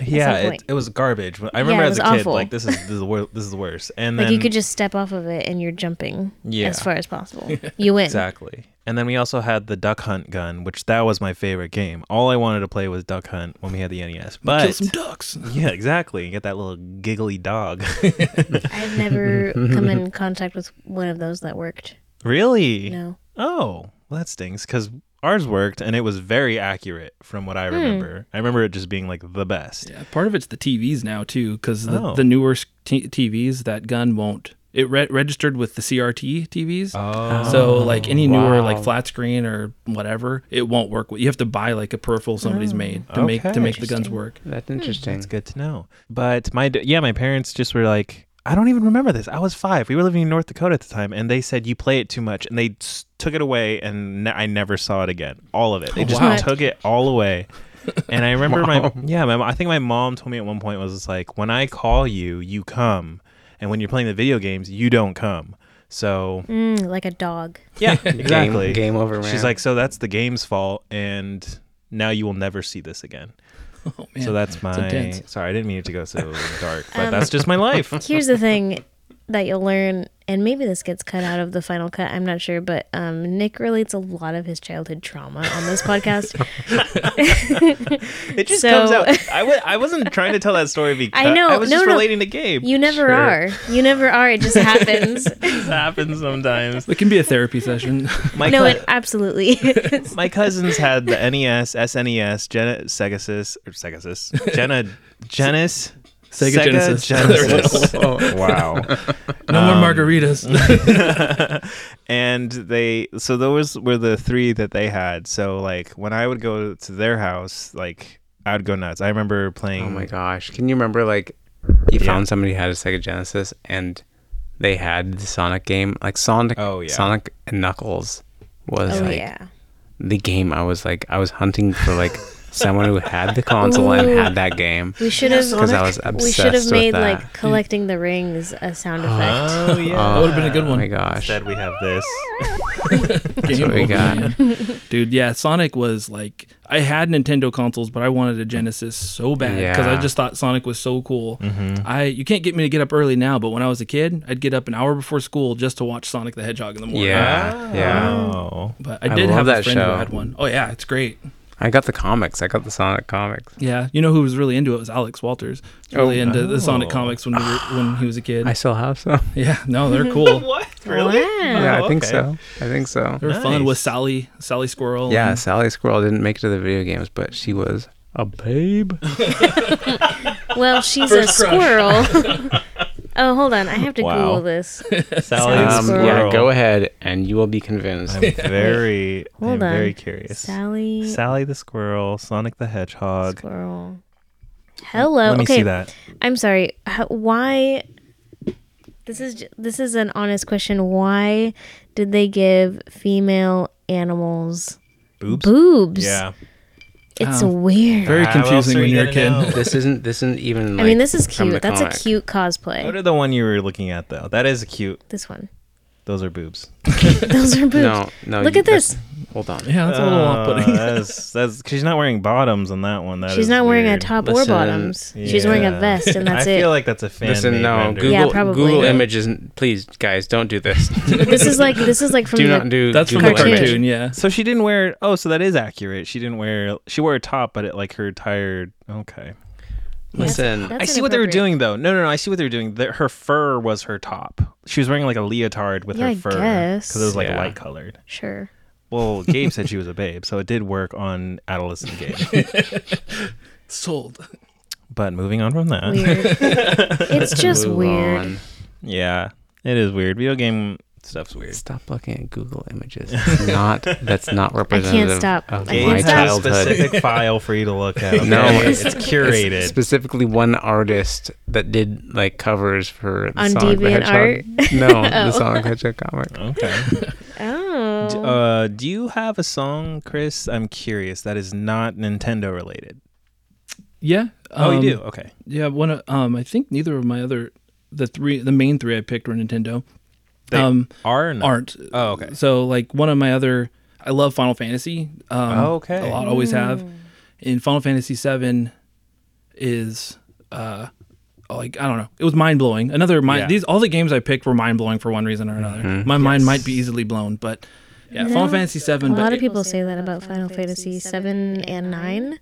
Yeah,
some
it,
point.
it was garbage. I remember
it
as a
was
kid,
awful.
like this is this is, the wor- this is the worst. And
Like
then
you could just step off of it and you're jumping
Yeah.
as far as possible. You win.
Exactly. And then we also had the Duck Hunt gun, which that was my favorite game. All I wanted to play was Duck Hunt when we had the NES.
Kill
But
some ducks.
yeah, exactly. You get that little giggly dog.
I've never come in contact with one of those that worked.
really?
No.
Oh, well, that stings because ours worked and it was very accurate from what I remember. I remember it just being like the best.
Yeah, part of it's the TVs now too, because the,
Oh.
the newer s- t- TVs that gun won't. It re- registered with the CRT TVs.
Oh.
So like any newer like
wow.
flat screen or whatever, it won't work. with- You have to buy like a peripheral somebody's made to make
Okay.
to make the guns work.
That's interesting.
It's good to know. But my d- yeah, my parents just were like, I don't even remember this. I was five. We were living in North Dakota at the time, and they said you play it too much, and they s- took it away, and ne- I never saw it again. All of it. They just
wow.
took it all away. And I remember my yeah, my, I think my mom told me at one point was just like, when I call you, you come, and when you're playing the video games, you don't come. So
Mm, like a dog.
yeah, exactly.
Game, game over. Man.
She's like, so that's the game's fault, and now you will never see this again.
Oh man.
So that's my.
intense.
Sorry, I didn't mean it to go so dark,
Um,
but that's just my life.
Here's the thing that you'll learn, and maybe this gets cut out of the final cut. I'm not sure, but um, Nick relates a lot of his childhood trauma on this podcast.
It just
So-
comes out. I w- I wasn't trying to tell that story because
I know,
I was
no,
just
no.
relating to Gabe.
You never
Sure,
are. You never are. It just happens.
It happens sometimes.
it can be a therapy session.
My,
no,
cou-
it absolutely. is.
my cousins had the E NES, SNES, Gen- Segasis, or Segasis, Jenna, Genis,
Sega
Sega
Genesis.
Genesis. wow.
no
Um,
more
uh,
margaritas.
and they so those were the three that they had so like when i would go to their house like i would go nuts i remember playing
oh my gosh, can you remember like you found somebody who had a Sega Genesis and they had the Sonic game, like Sonic.
Oh, yeah.
Sonic and Knuckles was
oh
like
yeah.
the game. I was like, I was hunting for like someone who had the console and
Ooh.
had that game.
We should have.
Because I was obsessed
we should have made
with that.
like collecting the rings a sound effect.
oh yeah
that would have been a good
Oh
one.
my gosh.
instead we have this
That's
what we got.
Dude, yeah, Sonic was like I had Nintendo consoles, but I wanted a Genesis so bad because I
Yeah. Mm-hmm.
just thought Sonic was so cool. I you can't get me to get up early now, but when I was a kid, I'd get up an hour before school just to watch Sonic the Hedgehog in the morning.
Ah.
Yeah. Yeah.
oh
But I
I
did
love
have a
that
friend who
show.
had one. Oh yeah, it's great.
I got the comics. I got the Sonic comics.
Yeah, you know who was really into it was Alex Walters.
Oh,
Really into the Sonic comics when we were, when he was a kid.
I still have some.
yeah, no, they're cool.
what really
Wow.
yeah,
Oh,
I think
okay.
so. I think so.
They're fun
Nice.
with Sally, Sally Squirrel.
Yeah,
and-
Sally Squirrel didn't make it to the video games, but she was a babe.
Well, she's a squirrel. oh, hold on. I have to
Wow.
Google this.
Sally
Um,
the
Um, yeah,
Squirrel.
go ahead and you will be convinced.
i'm very i'm
Hold on.
very curious
Sally
sally the squirrel sonic the hedgehog
squirrel. Hello.
let me
oh, okay.
see that
I'm sorry. How, why? This is j- this is an honest question. Why did they give female animals
boobs
boobs?
yeah
It's
Oh.
weird.
Ah,
Very
what else
confusing
are
when
you
you're a kid.
gonna know?
this isn't this isn't even like
I mean, this is
from the
cute. That's a
comic.
cute
go
cosplay.
to the one you were looking at though that is cute
This one.
those are boobs
Those are boobs.
No, no.
Look
you-
at this.
Hold on.
Yeah, that's a little off
Oh,
putting.
that's that's 'cause she's not wearing bottoms on that one. That
She's
is
not wearing a
weird.
top
Listen,
or bottoms. She's wearing a
Yeah.
vest, and that's
I
it.
feel like that's a fan.
Listen, no. Google
Yeah, probably.
Google
Yeah.
Images. Please, guys, don't do this.
this is like this is like from
do
the
not do.
That's from
Google
the
cartoon.
Images.
cartoon, yeah.
So she didn't wear. Oh, so that is accurate. She didn't wear. She wore a top, but it like her entire. Okay.
Listen,
that's-
I see what they were doing
inappropriate.
though. No, no, no. I see what they were doing. The, her fur was her top. She was wearing like a leotard with
Yeah,
her
I
fur
guess.
it was like
Yeah.
light colored.
sure.
Well, Gabe said she was a babe, so it did work on adolescent Gabe.
Sold.
but moving on from that,
Weird. it's just
move
weird.
on.
yeah, it is weird. Video game stuff's weird.
Stop looking at Google Images. not that's not representative.
stop.
Of
I can't
my
Gabe has a
childhood.
specific file for you to look at.
No,
okay?
it's-
it's, curated.
Specifically, one artist that did like covers for the
On Oh.
Sonic the Hedgehog.
DeviantArt?
No, the Sonic the Hedgehog comic.
okay.
Oh,
D- Uh, do you have a song, Chris? I'm curious. That is not Nintendo related.
Yeah.
Oh,
um,
you do. Okay.
Yeah, one of- um I think neither of my other the three the main three I picked were Nintendo.
They
um
are or not?
aren't.
Oh, okay.
So like one of my other I love Final Fantasy. Um
Oh, okay.
a lot always have.
Mm.
And Final Fantasy 7 is uh like I don't know. It was mind blowing. Another mind
Yeah. Mm-hmm.
these all the games I picked were mind blowing for one reason or another. My mind might be easily blown, but yeah, Final Fantasy 7
a
but
lot of people say that about Final Fantasy seven and nine.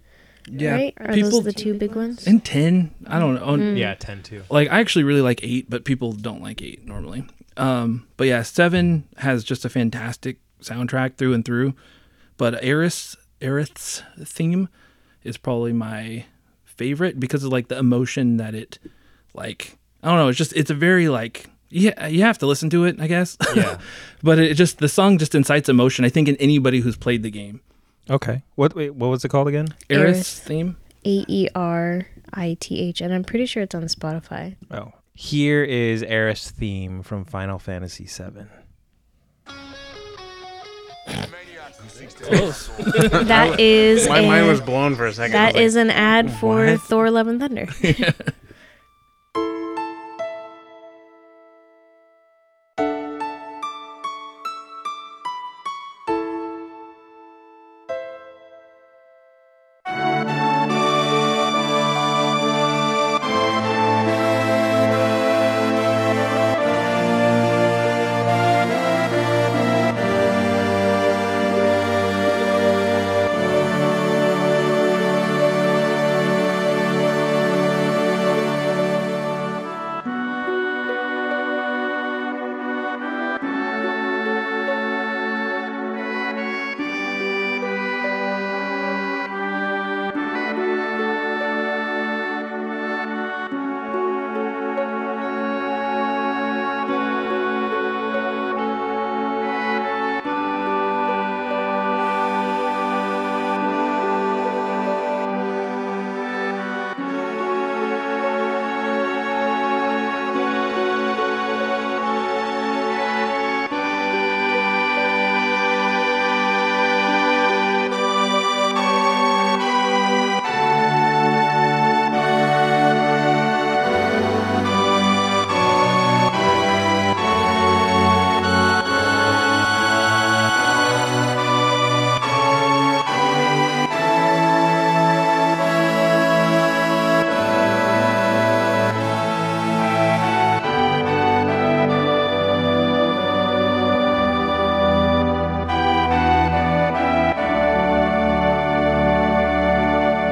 yeah,
right? Mm. Are
people
those the two big ones?
and 10, I don't know.
Yeah, ten two.
like I actually really like eight, but people don't like eight normally. Um, but yeah, seven has just a fantastic soundtrack through and through. But Aerith's Aerith's theme is probably my favorite because of like the emotion that it like I don't know, it's just it's a very like yeah, you have to listen to it, I guess.
Yeah.
but it just the song just incites emotion, I think, in anybody who's played the game.
Okay. What? Wait. What was it called again?
Aerith.
Aerith's theme?
A E R I T H, and I'm pretty sure it's on Spotify.
Oh. Here is Eris' theme from Final Fantasy VII.
That is
My
a-
mind was blown for a second.
that is an ad for Thor: Love and Thunder.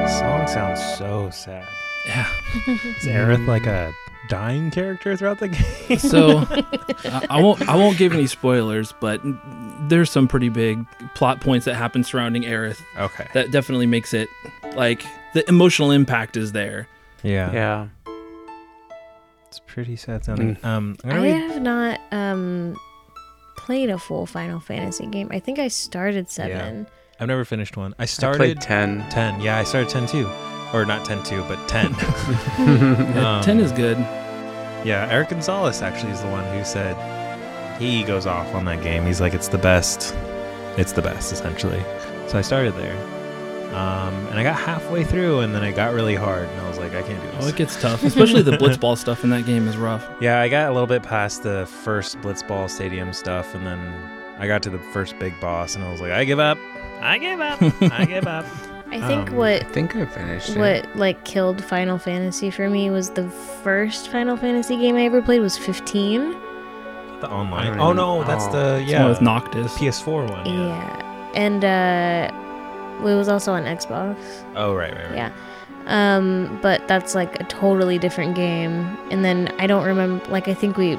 Song sounds so sad.
Yeah.
Is Aerith like a dying character throughout the game?
so uh, I, I won't I won't give any spoilers, but there's some pretty big plot points that happen surrounding Aerith
Okay.
that definitely makes it like the emotional impact is there.
Yeah.
yeah.
It's pretty sad sounding. Um. I'm
I
gonna read-
have not um played a full Final Fantasy game. I think I started seven.
I've never finished one. I
I played
started
ten.
ten. Yeah, I started ten too, or not ten two, but ten.
Yeah,
Um,
Uh, Ten is good.
Yeah, Eric Gonzalez actually is the one who said he goes off on that game. He's like, it's the best. It's the best, essentially. So I started there. Um, and I got halfway through, and then it got really hard, and I was like, I can't do
Oh,
this.
it gets tough, especially the blitzball stuff in that game is rough.
Yeah, I got a little bit past the first Blitzball Stadium stuff, and then I got to the first big boss and I was like, I give up. I give up. I give up.
I think
Um,
what
I think I finished it.
what like killed Final Fantasy for me was the first Final Fantasy game I ever played was 15.
The online.
don't
Oh
even-
no, that's
oh.
the
Yeah.
yeah.
With Noctis.
PS4 one.
Yeah.
Yeah.
And uh it was also on Xbox.
Oh right, right, right.
Yeah. Um but that's like a totally different game and then I don't remember like I think we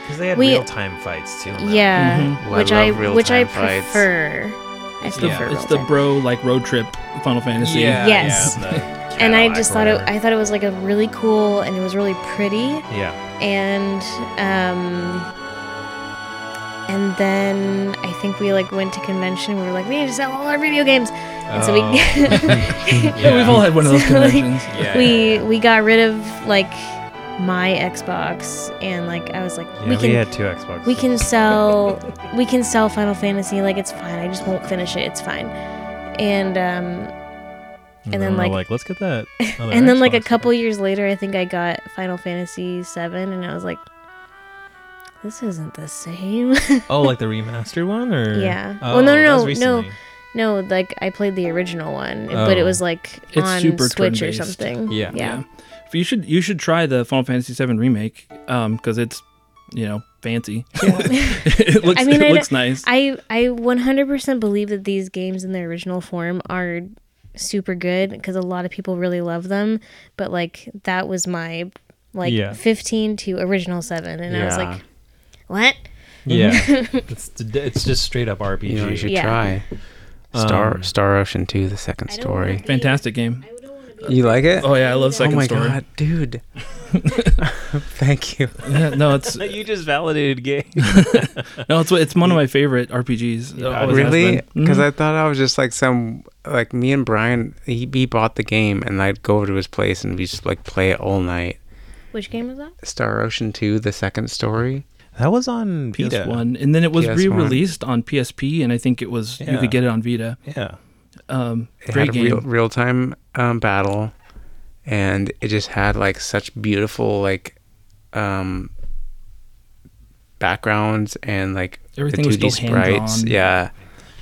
Because they had
We-
real time fights too. on that one.
yeah,
Mhm.
Well, I
which I,
love real-time
which I
fights.
prefer. I
It's the,
prefer
it's the
real-time.
bro like road trip Final Fantasy.
Yeah.
Yes.
yeah, the
and I
Cadillac
just
or
thought it,
whatever.
I thought it was like a really cool and it was really pretty
Yeah.
and um and then I think we like went to convention and we were like we need to sell all our video games and so we
Oh.
Yeah, we've all had one of those
So, like,
conventions.
Yeah,
we
yeah, yeah.
we got rid of like my Xbox and like I was like
Yeah,
we can
had two Xboxes.
we can sell we can sell Final Fantasy like it's fine I just won't finish it it's fine and um and then,
we're
like-
let's get that. other
and then like a
Xbox.
couple years later i think i got final fantasy 7 and i was like this isn't the same
Oh, like the remastered one, or
Yeah.
Oh,
Well, no, no,
that was
no,
recently.
no like i played the original one but it
Oh.
was like
It's
on
super
switch or
turn-based.
something
Yeah.
yeah
But you should you should try the Final Fantasy VII remake because it's you know fancy. it looks
I mean,
it
I
looks nice.
i i 100% believe that these games in their original form are super good because a lot of people really love them but like that was my like
Yeah.
15 to original 7 and i was
Yeah.
like what
Yeah, it's d- it's just straight up RPG.
You know, you should
Yeah.
try. Star
Um,
Star Ocean 2, the second
I don't wanna
story.
be-
Fantastic game.
You like it?
Oh yeah, I love
Oh
second
my
story.
god, dude. Thank you.
Yeah, no, it's
you just validated gay.
no, it's it's one of my favorite RPGs. It always has
really? Mm-hmm.
been.
Because
Mhm.
I thought I was just like some like me and Brian. He, he bought the game, and I'd go over to his place and we just like play it all night.
which game was that
Star Ocean Two, the second story.
that was on
Mm-hmm.
Vita.
PS1, and then it was
PS1.
re-released on PSP, and I think it was you
Yeah.
could get it on Vita.
Yeah.
Um,
It
great
had a real
game.
real time um, battle, and it just had like such beautiful like um backgrounds and like
Everything was still hand-drawn.
Yeah,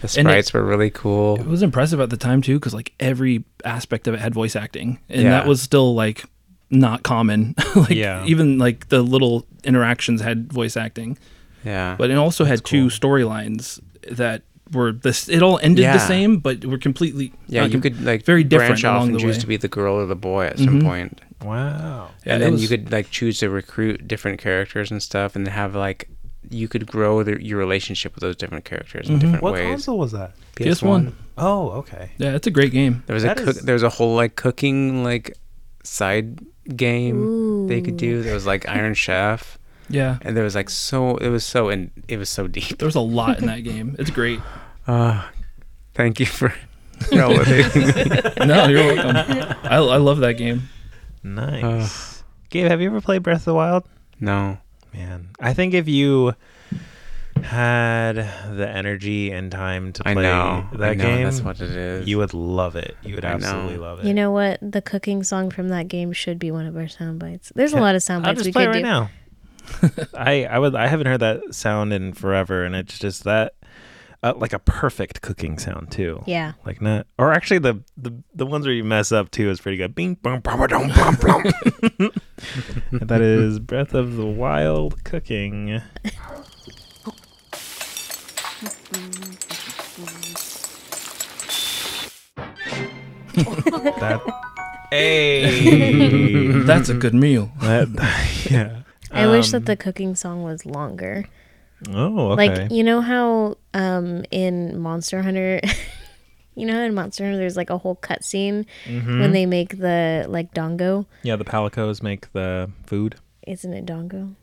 the sprites were really cool.
It was impressive at the time too, because like every aspect of it had voice acting, and
Yeah.
that was still like not common. like
Yeah.
even like the little interactions had voice acting,
yeah,
but it also had two storylines that were this. It all ended
Yeah.
the same, but were completely
yeah,
not
you
com-
could like
um, very
branch
different
off
along
and
the
choose
way. Mm-hmm.
to be the girl or the boy at some point.
Wow.
Yeah,
and
it
then you
was-
could like choose to recruit different characters and stuff, and have like you could grow the, your relationship with those different characters
Mm-hmm.
in different
What
ways.
console was that?
PS1.
Oh, okay.
Yeah, it's a great game.
There was a
That
cook,
is-
there was a whole like cooking like side game they could do. There was like Iron Chef,
Yeah,
and there was like so it was so and it was so deep.
there was a lot in that game. It's great.
Ah, Thank you for validating.
No, you're welcome. I, I love that game.
Nice. Gabe, have you ever played Breath of the Wild?
no,
Man, I think if you had the energy and time to play
I know
that
I know,
game,
That's what it is.
you would love it. You would
I know.
absolutely love it.
you know what the cooking song from that game should be one of our sound bites there's a lot of sound
I'll
bites
just
we
play it
could
right
do
now. I I would I haven't heard that sound in forever, and it's just that uh, like a perfect cooking sound too.
yeah
Like not, or actually the, the the ones where you mess up too is pretty good. Bing, bong, bong, bong, bong, bong. that is Breath of the Wild cooking. that, hey,
Mm-hmm.
That's a good meal.
that, yeah.
I wish that
Um,
the cooking song was longer.
oh okay.
Like you know how um in Monster Hunter you know how in Monster Hunter there's like a whole cutscene when they make the like dongo.
yeah, the palicos make the food.
Isn't it dongo?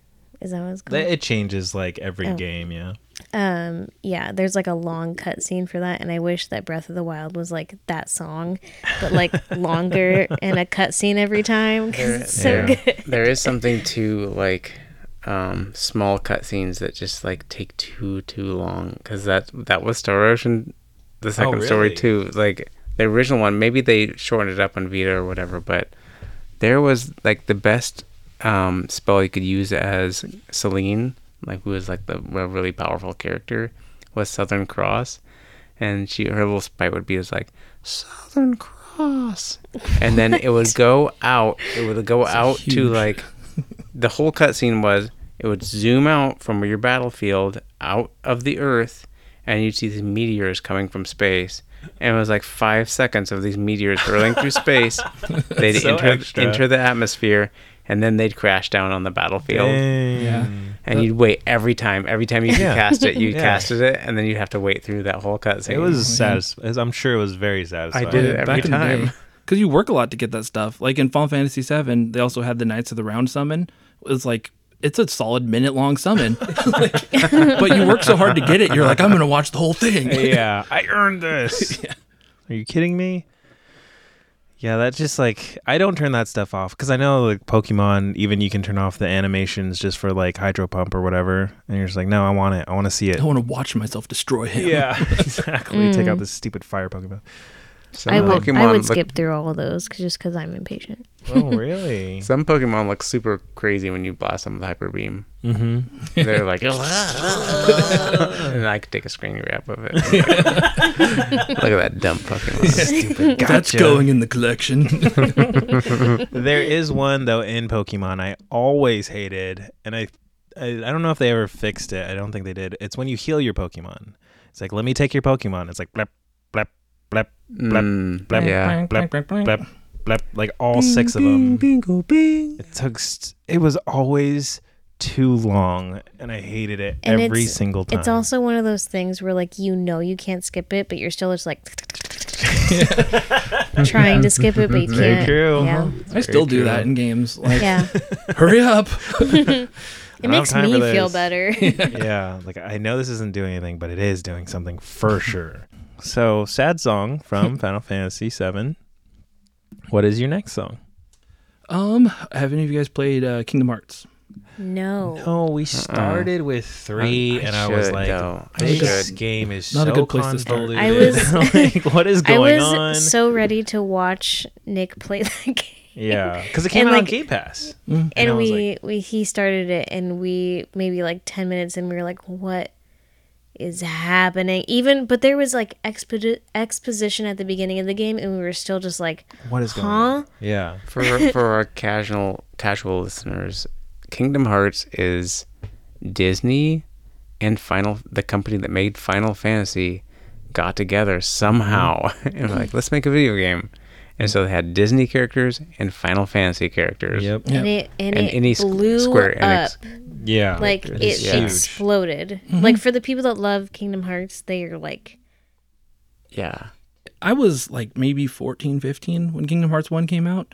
Is that what it's called?
Th- It changes like every
Oh.
game. Yeah.
um yeah, there's like a long cutscene for that and I wish that Breath of the Wild was like that song but like longer and a cutscene every time cuz it's so
there,
good.
there is something to like um small cutscenes that just like take too too long because that that was Star Ocean, the second story
Oh, really?
too. Like the original one, maybe they shortened it up on Vita or whatever, but there was like the best um spell you could use as Celine like who was like the a really powerful character, was Southern Cross, and she her little sprite would be was like Southern Cross, and then it would go out. It would go out to
huge-
like the whole cutscene was it would zoom out from your battlefield out of the earth and you'd see these meteors coming from space and it was like five seconds of these meteors hurling through space they'd
So
enter,
extra.
enter the atmosphere and then they'd crash down on the battlefield
Yeah.
and you'd wait every time every time you could
Yeah.
cast it you
Yeah.
casted it and then you'd have to wait through that whole cutscene
It was satisfying. I'm sure it was very satisfying.
did it every time.
Because you work a lot to get that stuff. Like in Final Fantasy VII, they also had the Knights of the Round summon. It's like it's a solid minute long summon, Like, but you work so hard to get it. You're like, I'm gonna watch the whole thing.
yeah, I earned this. Are you kidding me? Yeah, that's just like I don't turn that stuff off because I know like Pokemon, even you can turn off the animations just for like Hydro Pump or whatever, and you're just like, no, I want it, I want to see it.
I want to watch myself destroy him.
Yeah, exactly. Take out this stupid fire Pokemon.
some
I would, I would
look-
skip through all of those 'cause- just because I'm impatient.
Oh, really?
some pokemon look super crazy when you blast them with hyper beam
mm-hmm.
they're like and i could take a screen grab of it look at that dumb pokemon
Stupid. Gotcha.
That's going in the collection.
Uh-huh.
There is one though in Pokemon I always hated, and I, I I don't know if they ever fixed it. I don't think they did. It's when you heal your Pokemon. It's like let me take your Pokemon. It's like blep blep blep
Mm,
blep
yeah.
blep blep blep like all six of them.
Bingo bing.
It took. St- it was always too long, and I hated it
And
every
it's-
single time.
It's also one of those things where like you know you can't skip it, but you're still just like trying to skip it, but you
Very
can't.
true.
Yeah,
I still do
true.
that in games. Like,
yeah.
hurry up.
It
don't have
makes
time
me
for
feel
this.
better.
yeah, like I know this isn't doing anything, but it is doing something for sure. So, sad song from Final Fantasy VII. What is your next song?
Um, have any of you guys played uh, Kingdom Hearts?
no.
Oh, we started with three,
I- I
and I was
should,
like,
though. I
"This
should.
game is
Not
so
a good place to start.
convoluted."
I was-
like, "What is
I
going
was
on?"
so ready to watch Nick play that game.
yeah, because it came
and,
out on
like- Mm.
Game Pass. I
And
was
we, we he started it and we maybe like 10 minutes and we were like what is happening? Even but there was like expo- exposition at the beginning of the game and we were still just like
What is going
huh?
on? Yeah,
For for our casual casual listeners, Kingdom Hearts is Disney and Final the company that made Final Fantasy got together somehow
Mm-hmm.
and were like, let's make a video game. And so they had Disney characters and Final Fantasy characters.
yep,
Yeah.
And it and,
And
it
any s-
blew
Square
up.
Enix. Mm-hmm.
yeah,
like
it
it,
is huge.
exploded. Like for the people that love Kingdom Hearts, they are like
Yeah.
I was like maybe 14, 15 when Kingdom Hearts 1 came out.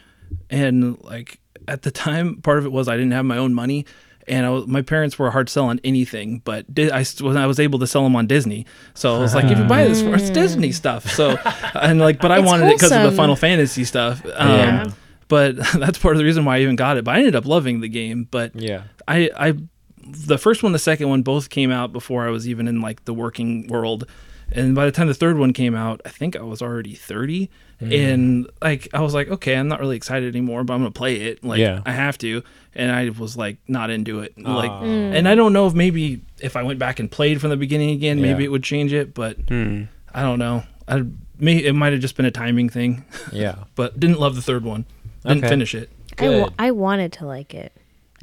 And like at the time, part of it was I didn't have my own money. And I was, my parents were hard selling anything, but di- I, s- when I was able to sell them on Disney. So I was like, if you buy this for it's Disney stuff. So, and like, but I
Hmm. It's
wanted it because of the
wholesome.
Final Fantasy stuff. Um,
Yeah.
But that's part of the reason why I even got it. But I ended up loving the game. But
yeah,
I I the first one, the second one both came out before I was even in like the working world. And by the time the third one came out, I think I was already 30.
Mm.
And like I was like, okay, I'm not really excited anymore, but I'm gonna play it. Like
Yeah. Ah.
I have to. And I was like not into it. Like and I don't know if maybe if I went back and played from the beginning again, maybe
Yeah. Hmm.
it would change it, but I don't know. I may it might have just been a timing thing.
yeah.
but didn't love the third one. Didn't
Okay.
finish it.
I, wa-
Good.
I wanted to like it.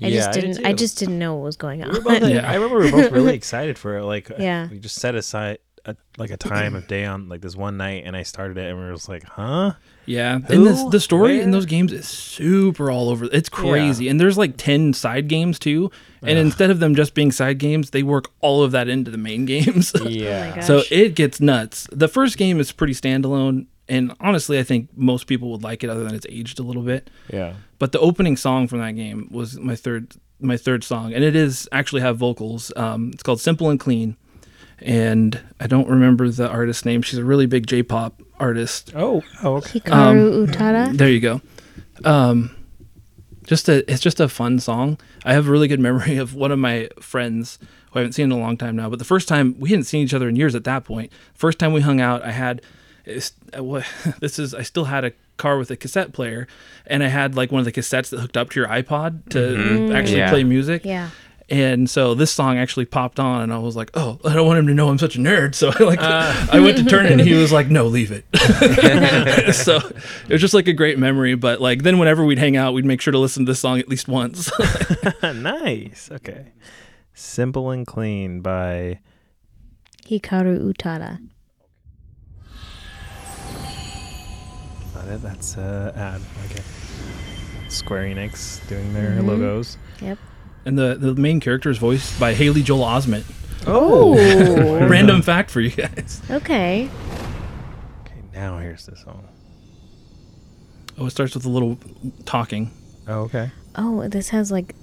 I
Yeah,
just
I did
didn't. I
too.
just didn't know what was going on.
We were both,
Yeah.
I remember we were both really excited for it. Like,
Yeah.
we just set aside a, like a time of day on like this one night, and I started it, and we were just like,
Oh
huh?
Yeah,
Who?
and this, the story
Where?
in those games is super all over. It's crazy, and there's like ten side games too. And instead of them just being side games, they work all of that into the main games.
Oh gosh.
so it gets nuts. The first game is pretty standalone, and honestly, I think most people would like it, other than it's aged a little bit.
yeah,
But the opening song from that game was my third my third song, and it is actually have vocals. Um, it's called "Simple and Clean," and I don't remember the artist's name. She's a really big J-pop artist.
Oh, oh, okay.
Hikaru Utada.
There you go. Um, just a, it's just a fun song. I have a really good memory of one of my friends who I haven't seen in a long time now. But the first time we hadn't seen each other in years at that point. First time we hung out, I had it's- uh, what- this is I still had a car with a cassette player, and I had like one of the cassettes that hooked up to your iPod to actually
Yeah.
play music.
Yeah.
And so this song actually popped on, and I was like, "Oh, I don't want him to know I'm such a nerd." So I like,
Uh.
I went to turn it, and he was like, "No, leave it." so it was just like a great memory. But like then, whenever we'd hang out, we'd make sure to listen to this song at least once.
nice. Okay. Simple and Clean by
Hikaru Utada.
not it, that's uh ad. Okay. Square Enix doing their
Mm-hmm.
logos.
Yep.
and the the main character is voiced by Haley Joel Osment.
Oh.
Mm-hmm.
Random fact for you guys.
okay.
Okay, now here's the song.
Oh, it starts with a little talking.
Oh, okay.
Oh, this has like,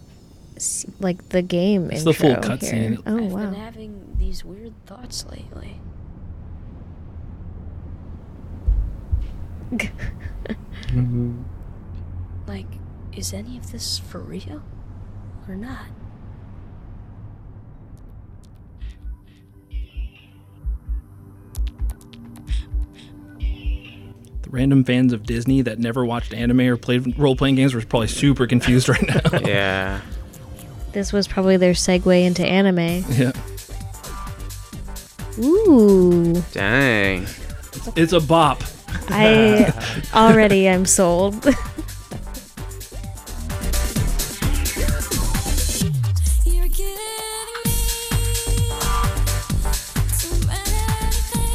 s- like the game
It's the
intro
full
here.
cutscene.
Oh
I've
wow.
been having these weird thoughts lately.
Mm-hmm.
Like, is any of this for real or not?
The random fans of Disney that never watched anime or played role playing games were probably super confused right now.
Yeah.
This was probably their segue into anime.
yeah.
Ooh.
Dang.
It's a bop.
I already am sold.
You're giving me so many things lately.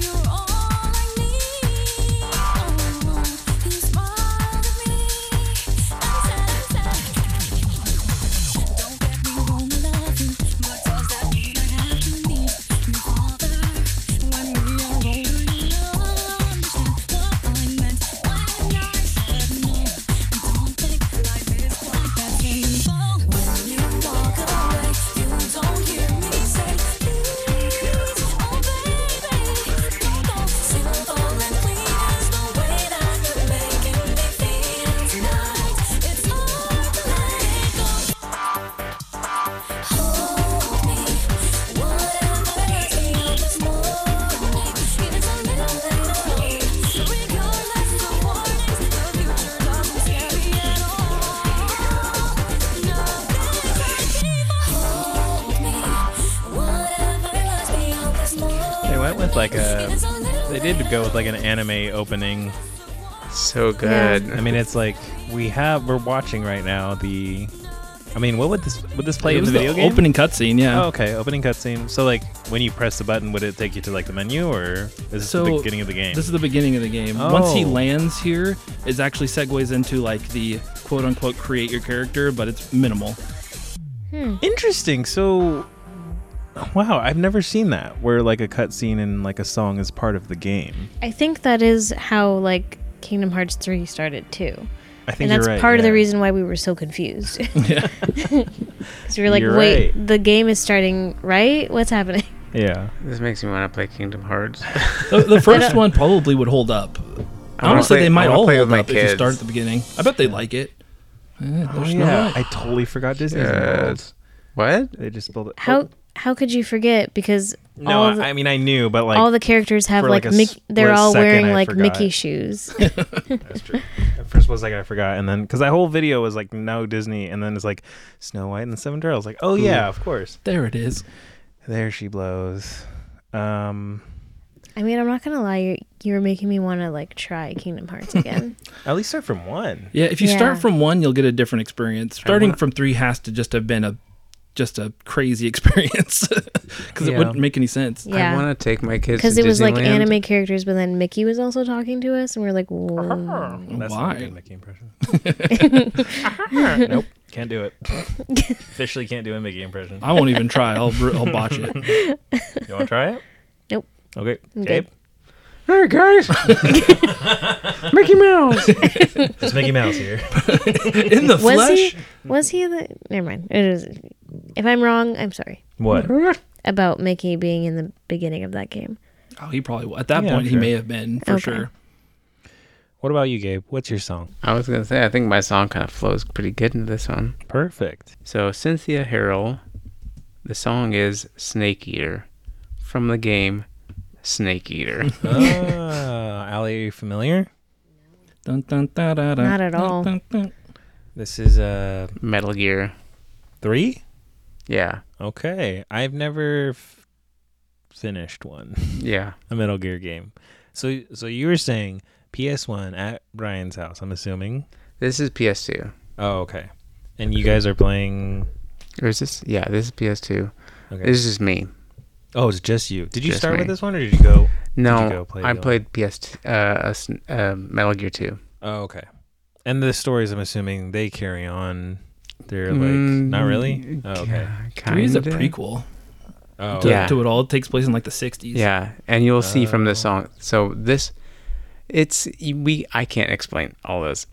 You're all I need. Oh, you smiled at me and said, "Don't get me wrong, I love you, but does that mean I have to leave you farther? When we are older, you'll understand what I meant when I said no. Don't think life is like that simple. When you walk away, you don't hear me say, please, oh baby, don't go. Simple and clean is the way that you're making me feel tonight. It's hard to let go. Hold me, whatever it is this morning. If it's a little late, regardless of warnings, the future doesn't scare me at all. Nothing's Hold me, whatever lies beyond this
They
morning.
went with like a.
It's a little
They did go with like an anime opening.
So good.
I mean, it's like we have we're watching right now the. I mean, what would this would this play
it
in the
was
video
the
game?
opening cutscene, yeah.
Oh, okay, opening cutscene. So like when you press the button, would it take you to like the menu or is this
So,
the beginning of the game?
This is the beginning of the game. Once he
Oh.
lands here, it actually segues into like the quote unquote create your character, but it's minimal.
Interesting. So, wow, I've never seen that where like a cutscene and like a song is part of the game.
I think that is how like Kingdom Hearts 3 started too.
I think
And
you're
that's
right,
part of the
yeah.
reason why we were so confused. Because we were like,
You're
wait,
right.
the game is starting, right? What's happening?
Yeah,
This makes me want to play Kingdom Hearts.
The, the first one probably would hold up.
wanna
Honestly,
play-
they
I
might
wanna
all
play
hold
with my
up if you start
kids.
at the beginning. I bet they like it. Eh,
oh,
there's no
yeah.
way.
I totally forgot Disney's
Yes.
involved.
What?
They just built it.
How
Oh,
how could you forget? Because
no,
all, the,
I mean I knew, but like
all the characters have
for,
like,
like, a
Mickey, they're
split
all
second,
wearing
I
like
forgot.
Mickey shoes.
That's true. At first was like I forgot, and then because that whole video was like no Disney, and then it's like Snow White and the Seven Turtles. Like, oh yeah, of course.
There it is.
There she blows. Um,
I mean, I'm not gonna lie, you you were making me want to like try Kingdom Hearts again.
at least start from one.
Yeah, if you start
Yeah.
from one, you'll get a different experience. Starting from three has to just have been a just a crazy experience because it
Yeah.
wouldn't make any sense.
I
yeah,
want to take my kids
because
to
it was like
Disneyland.
anime characters, but then Mickey was also talking to us, and we are like, Whoa.
That's
Why?
not a good Mickey impression. nope, can't do it. Officially can't do a Mickey impression.
I won't even try. I'll, I'll botch it.
You want to try it?
Nope.
Okay,
I'm
Gabe,
Hey guys, Mickey Mouse.
it's Mickey Mouse here.
In the
Was
flesh.
he? Was he the? Never mind. It is. If I'm wrong, I'm sorry
What?
about Mickey being in the beginning of that game.
Oh, he probably at that
Yeah,
point
I'm
he
sure.
may have been for
Okay.
sure.
What about you, Gabe? What's your song?
I was gonna say I think my song kind of flows pretty good into this one.
Perfect.
So Cynthia Harrell, the song is Snake Eater, from the game Snake Eater.
Ah, Ali, are you familiar?
Dun, dun, da, da, da,
Not at all.
dun, dun.
This is uh
Metal Gear.
three.
Yeah,
Okay, I've never f- finished one.
yeah.
a Metal Gear game. So so you were saying PS1 at Brian's house, I'm assuming.
This is PS2.
Oh, okay. And you guys are playing
Or is this? Yeah, this is PS2.
Okay.
This is just me.
oh, it's just you. Did you
Just
start with
me.
this one or did you go
No,
go play
I
the-
played PS uh, uh, s- uh, Metal Gear 2.
Oh, okay. And the stories I'm assuming they carry on. They're like
Mm,
not really? Oh, okay.
ki-
Three is a
kinda.
prequel
Oh,
to,
Yeah.
to it all. It takes place in like the 60s.
Yeah, and you'll see from the
Oh.
song. So this, it's we. I can't explain all this.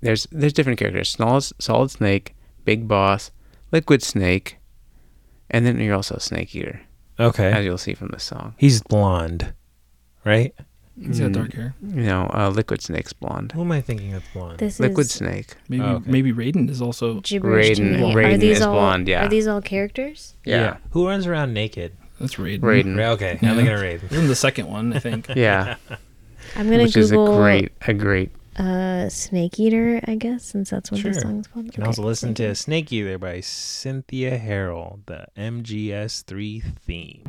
There's there's different characters. Solid, solid Snake, Big Boss, Liquid Snake, and then you're also Snake Eater, as
okay.
you'll see from the song.
He's blonde, right?
He's
Mm-hmm.
got dark hair.
You know, uh, Liquid Snake's blonde.
Who am I thinking of blonde?
This
Liquid
is
Snake.
Maybe
Oh, okay.
maybe Raiden is also.
gibberish to
Raiden-
me.
Raiden
are these
is
all,
blonde, yeah.
Are these all characters?
Who runs around naked?
That's Raiden.
Raiden.
Ra- Okay, I'm thinking of
He's
Raiden.
in the second one, I think.
Yeah,
I'm gonna
which is a
Google
great a great.
uh, Snake Eater, I guess, since that's what
Sure.
the song's called.
You can
Okay,
also listen
Snake
to Snake Eater by Cynthia Harrell, the MGS3 theme.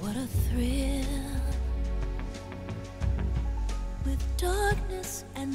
What a thrill with darkness and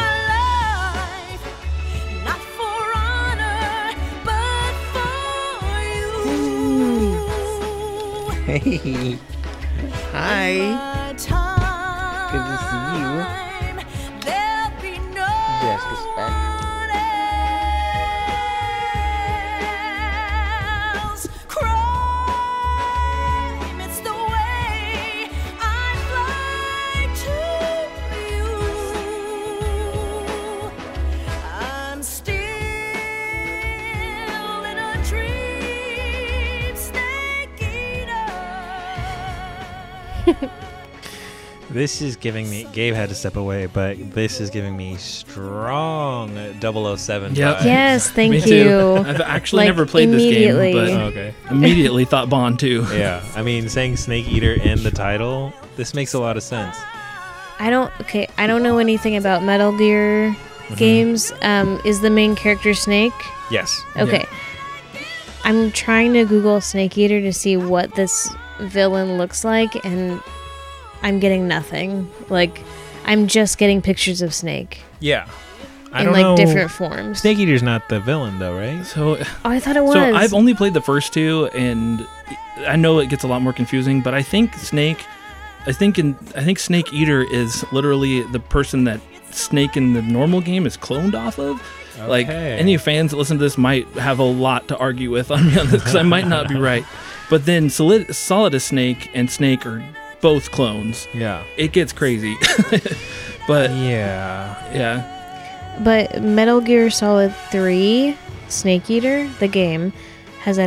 my life not for honor, but for you.
Hey, hi.
My time,
Good to see you.
There'll be no
Jessica's back.
one else. Crime, it's the way I fly to you. I'm still in a dream, snake eater.
This is giving me. Gabe had to step away, but this is giving me strong 007
Yep.
vibes.
Eater. Yes, thank
Me
you.
too. I've actually
Like,
never played this
immediately.
game, but
Oh, okay.
immediately thought Bond too.
Yeah. I mean, saying Snake Eater in the title, this makes a lot of sense.
I don't. Okay, I don't know anything about Metal Gear
Mm-hmm.
games. Um, is the main character Snake?
Yes.
Okay. I'm trying to Google Snake Eater to see what this villain looks like, and I'm getting nothing. Like, I'm just getting pictures of Snake
Yeah. I
in
don't
like
know.
different forms.
Snake Eater's not the villain, though, right?
So
Oh, I thought it was.
so I've only played the first two, and I know it gets a lot more confusing. But I think Snake, I think in I think Snake Eater is literally the person that Snake in the normal game is cloned off of. Like
Okay.
any fans that listen to this might have a lot to argue with on me on this because I might not be right. But then Solid, Solidus Snake and Snake are both clones.
Yeah.
It gets crazy, but
Yeah.
yeah.
But Metal Gear Solid 3 Snake Eater, the game, has a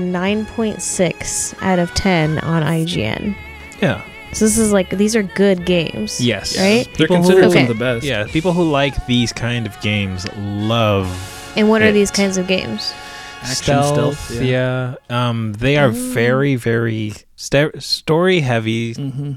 9.6 out of 10 on IGN.
Yeah.
So this is like these are good games.
Yes.
Right?
They're
People who-
considered some
Okay.
of the best.
Yeah. People who like these kind of games love
And what are
It-
these kinds of games?
Action
stealth.
stealth,
yeah. Um, they are
Mm.
very, very sta- story heavy
hmm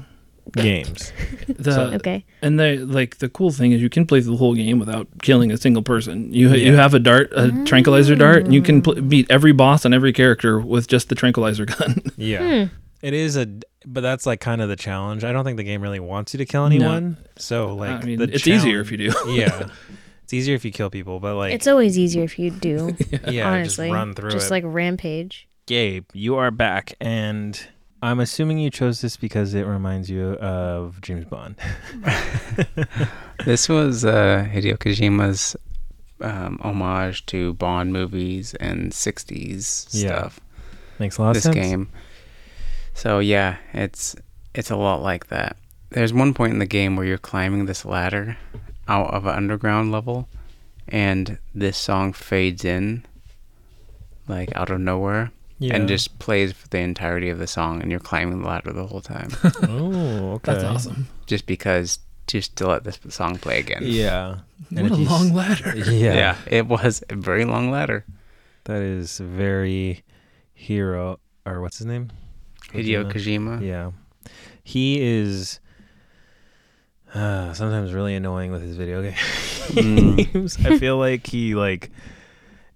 games.
The,
Uh,
Okay.
And the like the cool thing is you can play through the whole game without killing a single person. You you have a dart, a
Mm.
tranquilizer dart, and you can pl- beat every boss and every character with just the tranquilizer gun.
Hmm.
Yeah. It is a, but that's like kind of the challenge. I don't think the game really wants you to kill anyone. So like,
I mean,
the
it's easier if you do.
challenge- yeah. It's easier if you kill people, but like,
It's always easier if you do,
yeah,
honestly.
just run through
Just
it.
like Rampage.
Gabe, you are back, and I'm assuming you chose this because it reminds you of James Bond.
This was uh, Hideo Kojima's um, homage to Bond movies and 60s
Yeah.
stuff.
Makes a lot of
this
sense.
game. So yeah, it's it's a lot like that. there's one point in the game where you're climbing this ladder out of an underground level, and this song fades in, like out of nowhere,
Yeah.
and just plays for the entirety of the song, and you're climbing the ladder the whole time,
Oh, okay.
That's awesome.
just because to still let this song play again.
Yeah. And if
what a
you s-
long ladder.
Yeah.
yeah, it was a very long ladder.
That is very hero or what's his name?
Hideo Kojima.
Yeah. He is uh, sometimes really annoying with his video games.
Hmm.
I feel like he like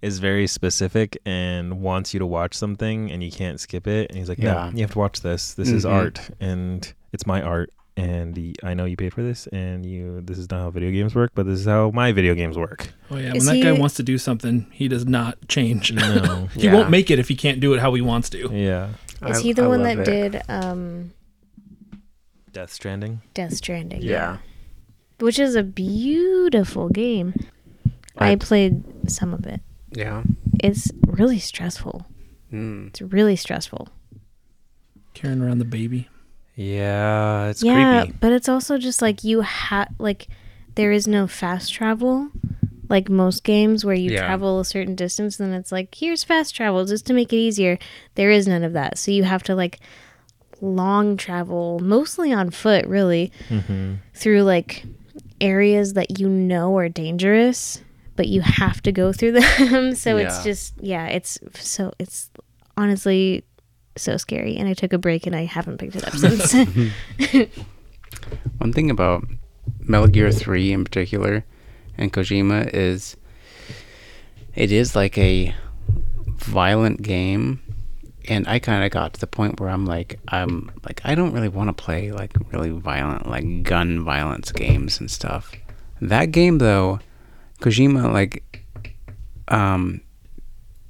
is very specific and wants you to watch something and you can't skip it and he's like,
Yeah.
"No, you have to watch this. This is
Mhm.
art and it's my art." And y- I know you paid for this, and you. This is not how video games work, but this is how my video games work.
Oh yeah,
Is
when that guy
he-
wants to do something, he does not change.
No,
he
Yeah.
won't make it if he can't do it how he wants to.
yeah,
Is
I-
he the
I
one
love
that
it.
did um,
Death Stranding.
Death Stranding?
Yeah.
Which is a beautiful game.
I-
I played some of it.
Yeah.
It's really stressful.
Mm.
It's really stressful.
Carrying around the baby.
Yeah, it's
yeah,
creepy.
but it's also just like you have like there is no fast travel like most games where you
Yeah.
travel a certain distance and then it's like here's fast travel just to make it easier. There is none of that. So you have to like long travel mostly on foot really
Mm-hmm.
through like areas that you know are dangerous but you have to go through them so it's
Yeah.
just yeah it's so it's honestly so scary and i took a break and i haven't picked it up since
One thing about Metal Gear 3 in particular and Kojima is it is like a violent game and I kind of got to the point where I'm like I'm like I don't really want to play like really violent like gun violence games and stuff. That game though Kojima like um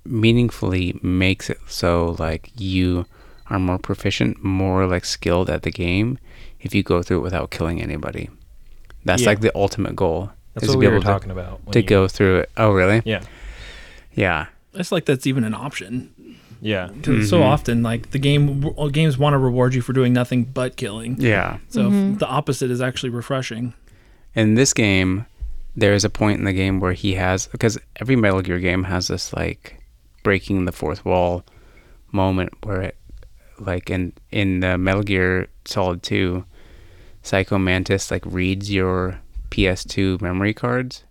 meaningfully makes it so like you are more proficient, more like skilled at the game if you go through it without killing anybody. That's
Yeah.
like the ultimate goal.
That's
is
what
to
we
be
were
able to-
talking about. when
to
you-
go through it. Oh, really?
Yeah,
Yeah.
It's like that's even an option.
yeah,
'Cause So often, like the game, all games want to reward you for doing nothing but killing.
Yeah.
So
Mm-hmm.
the opposite is actually refreshing.
In this game, there is a point in the game where he has because every Metal Gear game has this like breaking the fourth wall moment where it like in in the Metal Gear Solid 2 Psycho Mantis like reads your PS2 memory cards.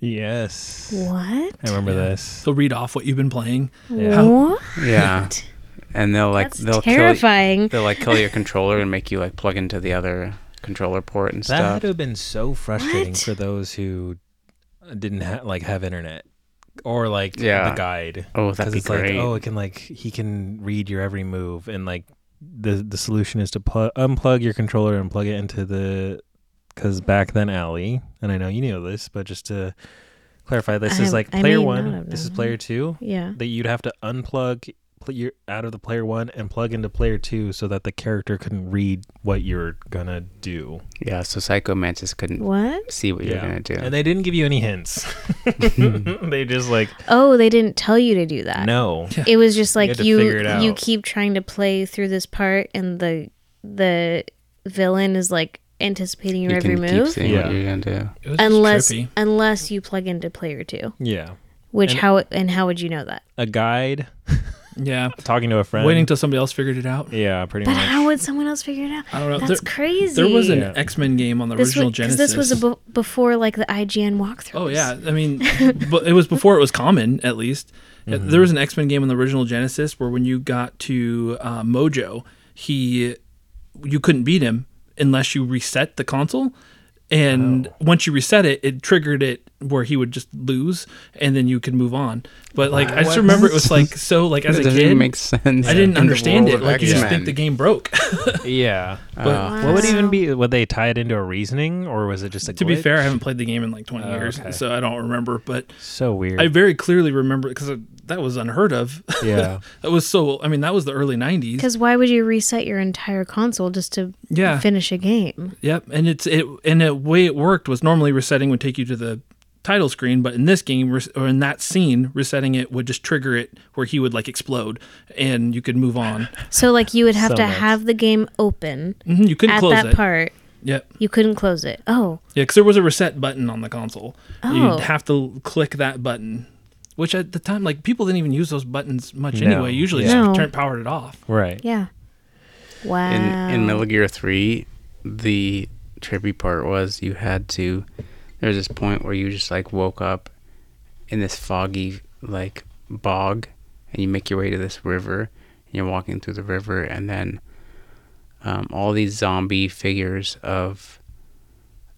yes.
what
I remember this.
So read off what you've been playing.
Yeah.
what
Yeah. and they'll like
that's
they'll kill
terrifying
they'll like kill your controller and make you like plug into the other controller port and
That
stuff.
had to have been so frustrating
What?
for those who didn't ha- like have internet or like
Yeah.
the guide.
Oh, that'd be
it's
great.
like oh, it can like he can read your every move and like the the solution is to pl- unplug your controller and plug it into the because back then Allie and I know you know this, but just to clarify, this
I
is
have-
like
I
player
may not
one.
have
This is
known.
player two.
yeah
that you'd have to unplug pl- your out of the player one and plug into player two so that the character couldn't read what you're gonna do.
yeah, so Psycho Mantis couldn't
what
see what you're gonna do.
And they didn't give you any hints. they just like
oh they didn't tell you to do that
no.
it was just
had
like
to
you
figure it
you
out.
keep trying to play through this part and the the villain is like anticipating your
you
every
can keep
move
seeing
Yeah.
what you're gonna do.
It was just
unless
trippy.
unless you plug into player two
Yeah.
which
And-
how and how would you know that
A guide
yeah,
talking to a friend.
waiting till somebody else figured it out.
Yeah, pretty
but
much.
how would someone else figure it out
I don't know.
that's
there,
crazy
there was an
Yeah.
X Men game on the
this
original
was, 'cause
Genesis.
this was a b- before like the IGN walkthroughs.
Oh yeah, I mean, but it was before it was common. At least Uh,
Mm-hmm.
there was an X Men game on the original Genesis where when you got to uh, Mojo, he you couldn't beat him unless you reset the console. And
Oh.
once you reset it, it triggered it where he would just lose, and then you could move on. But like I just remember it was like so like as
It
a
doesn't
kid,
even make sense.
I didn't
in the
understand
world
it.
of
Like you just
X-Men. Oh.
think the game broke.
yeah.
but
What would even be would they tie it into a reasoning or was it just a
to be
glitch?
fair, I haven't played the game in like 20
Oh,
years,
okay.
so I don't remember. But
so weird.
I very clearly remember because that was unheard of.
yeah.
That was so. I mean, that was the early '90s.
Because why would you reset your entire console just to
Yeah.
finish a game?
Yep. And it's it and the way it worked was normally resetting would take you to the title screen, but in this game res- or in that scene, resetting it would just trigger it where he would like explode and you could move on.
So like you would have
So
to
nuts.
have the game open
Mhm, you couldn't
at
close
that
it.
part
Yep.
You couldn't close it. Oh,
Yeah, because there was a reset button on the console.
Oh.
You'd have to click that button, which at the time, like people didn't even use those buttons much
No,
anyway. Usually,
yeah.
just
No.
turn powered it off.
Right.
yeah. Wow.
In in Metal Gear Three, the trippy part was you had to. There was this point where you just like woke up in this foggy like bog, and you make your way to this river, and you're walking through the river, and then um, all these zombie figures of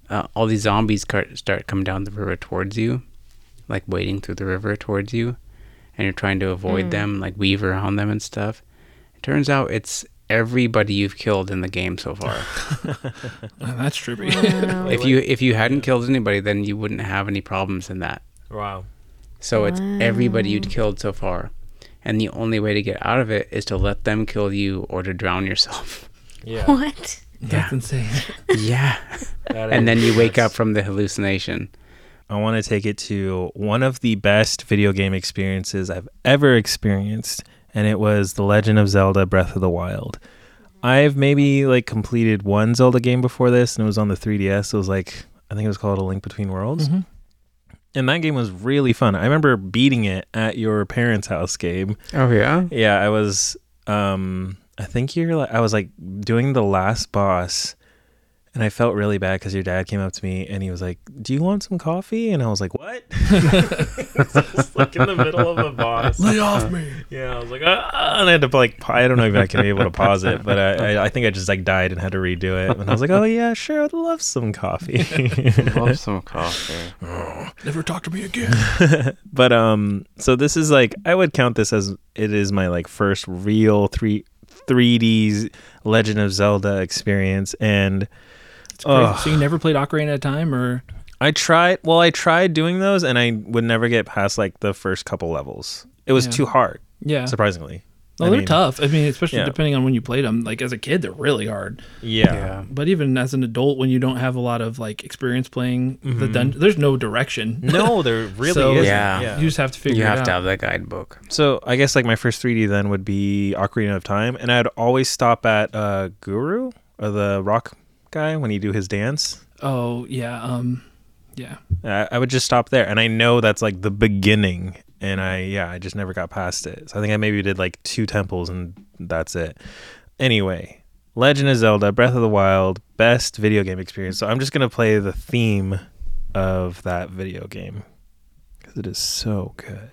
uh, all these zombies car- start coming down the river towards you, like wading through the river towards you, and you're trying to avoid them, like weave around them and stuff. It turns out it's everybody you've killed in the game so far.
Uh, that's trippy.
Wow.
if you if you hadn't killed anybody, then you wouldn't have any problems in that.
Wow.
So it's everybody you'd killed so far. And the only way to get out of it is to let them kill you or to drown yourself.
Yeah.
what?
That's insane.
yeah. And then you wake up from the hallucination.
I want to take it to one of the best video game experiences I've ever experienced, and it was The Legend of Zelda Breath of the Wild. I've maybe like completed one Zelda game before this, and it was on the 3DS. It was like, I think it was called A Link Between Worlds.
Mm-hmm.
And that game was really fun. I remember beating it at your parents' house, Gabe.
Oh yeah.
Yeah, I was. Um, I think you're. Like, I was like doing the last boss, and I felt really bad because your dad came up to me and he was like, "Do you want some coffee?" And I was like, "What?" Just like in the middle of a boss.
Lay off me.
Yeah, I was like, ah, and I had to like, pa- I don't know if I can be able to pause it, but I, I, I think I just like died and had to redo it. And I was like, "Oh yeah, sure, I'd love some coffee."
Love some coffee.
Never talk to me again.
but um so this is like i would count this as it is my like first real three 3d legend of zelda experience and
It's crazy.
Ugh.
So you never played Ocarina at a time, or
i tried well i tried doing those and i would never get past like the first couple levels it was
Yeah.
too hard
yeah.
surprisingly
No,
I
they're
mean,
tough. I mean, especially
Yeah.
depending on when you played them. Like as a kid, they're really hard.
yeah,
Yeah.
But even as an adult, when you don't have a lot of like experience playing the
Mm-hmm.
dungeon, there's no direction.
no there really
So-
isn't.
Yeah.
You just have to figure
You
it
have to
out.
have that guidebook.
so i guess like my first 3d then would be ocarina of time and i'd always stop at uh guru or the rock guy when he do his dance
Oh yeah, um, yeah.
I I would just stop there, and I know that's like the beginning, and I yeah, I just never got past it. So I think I maybe did like two temples, and that's it. Anyway, Legend of Zelda: Breath of the Wild, best video game experience. So I'm just gonna play the theme of that video game because it is so good.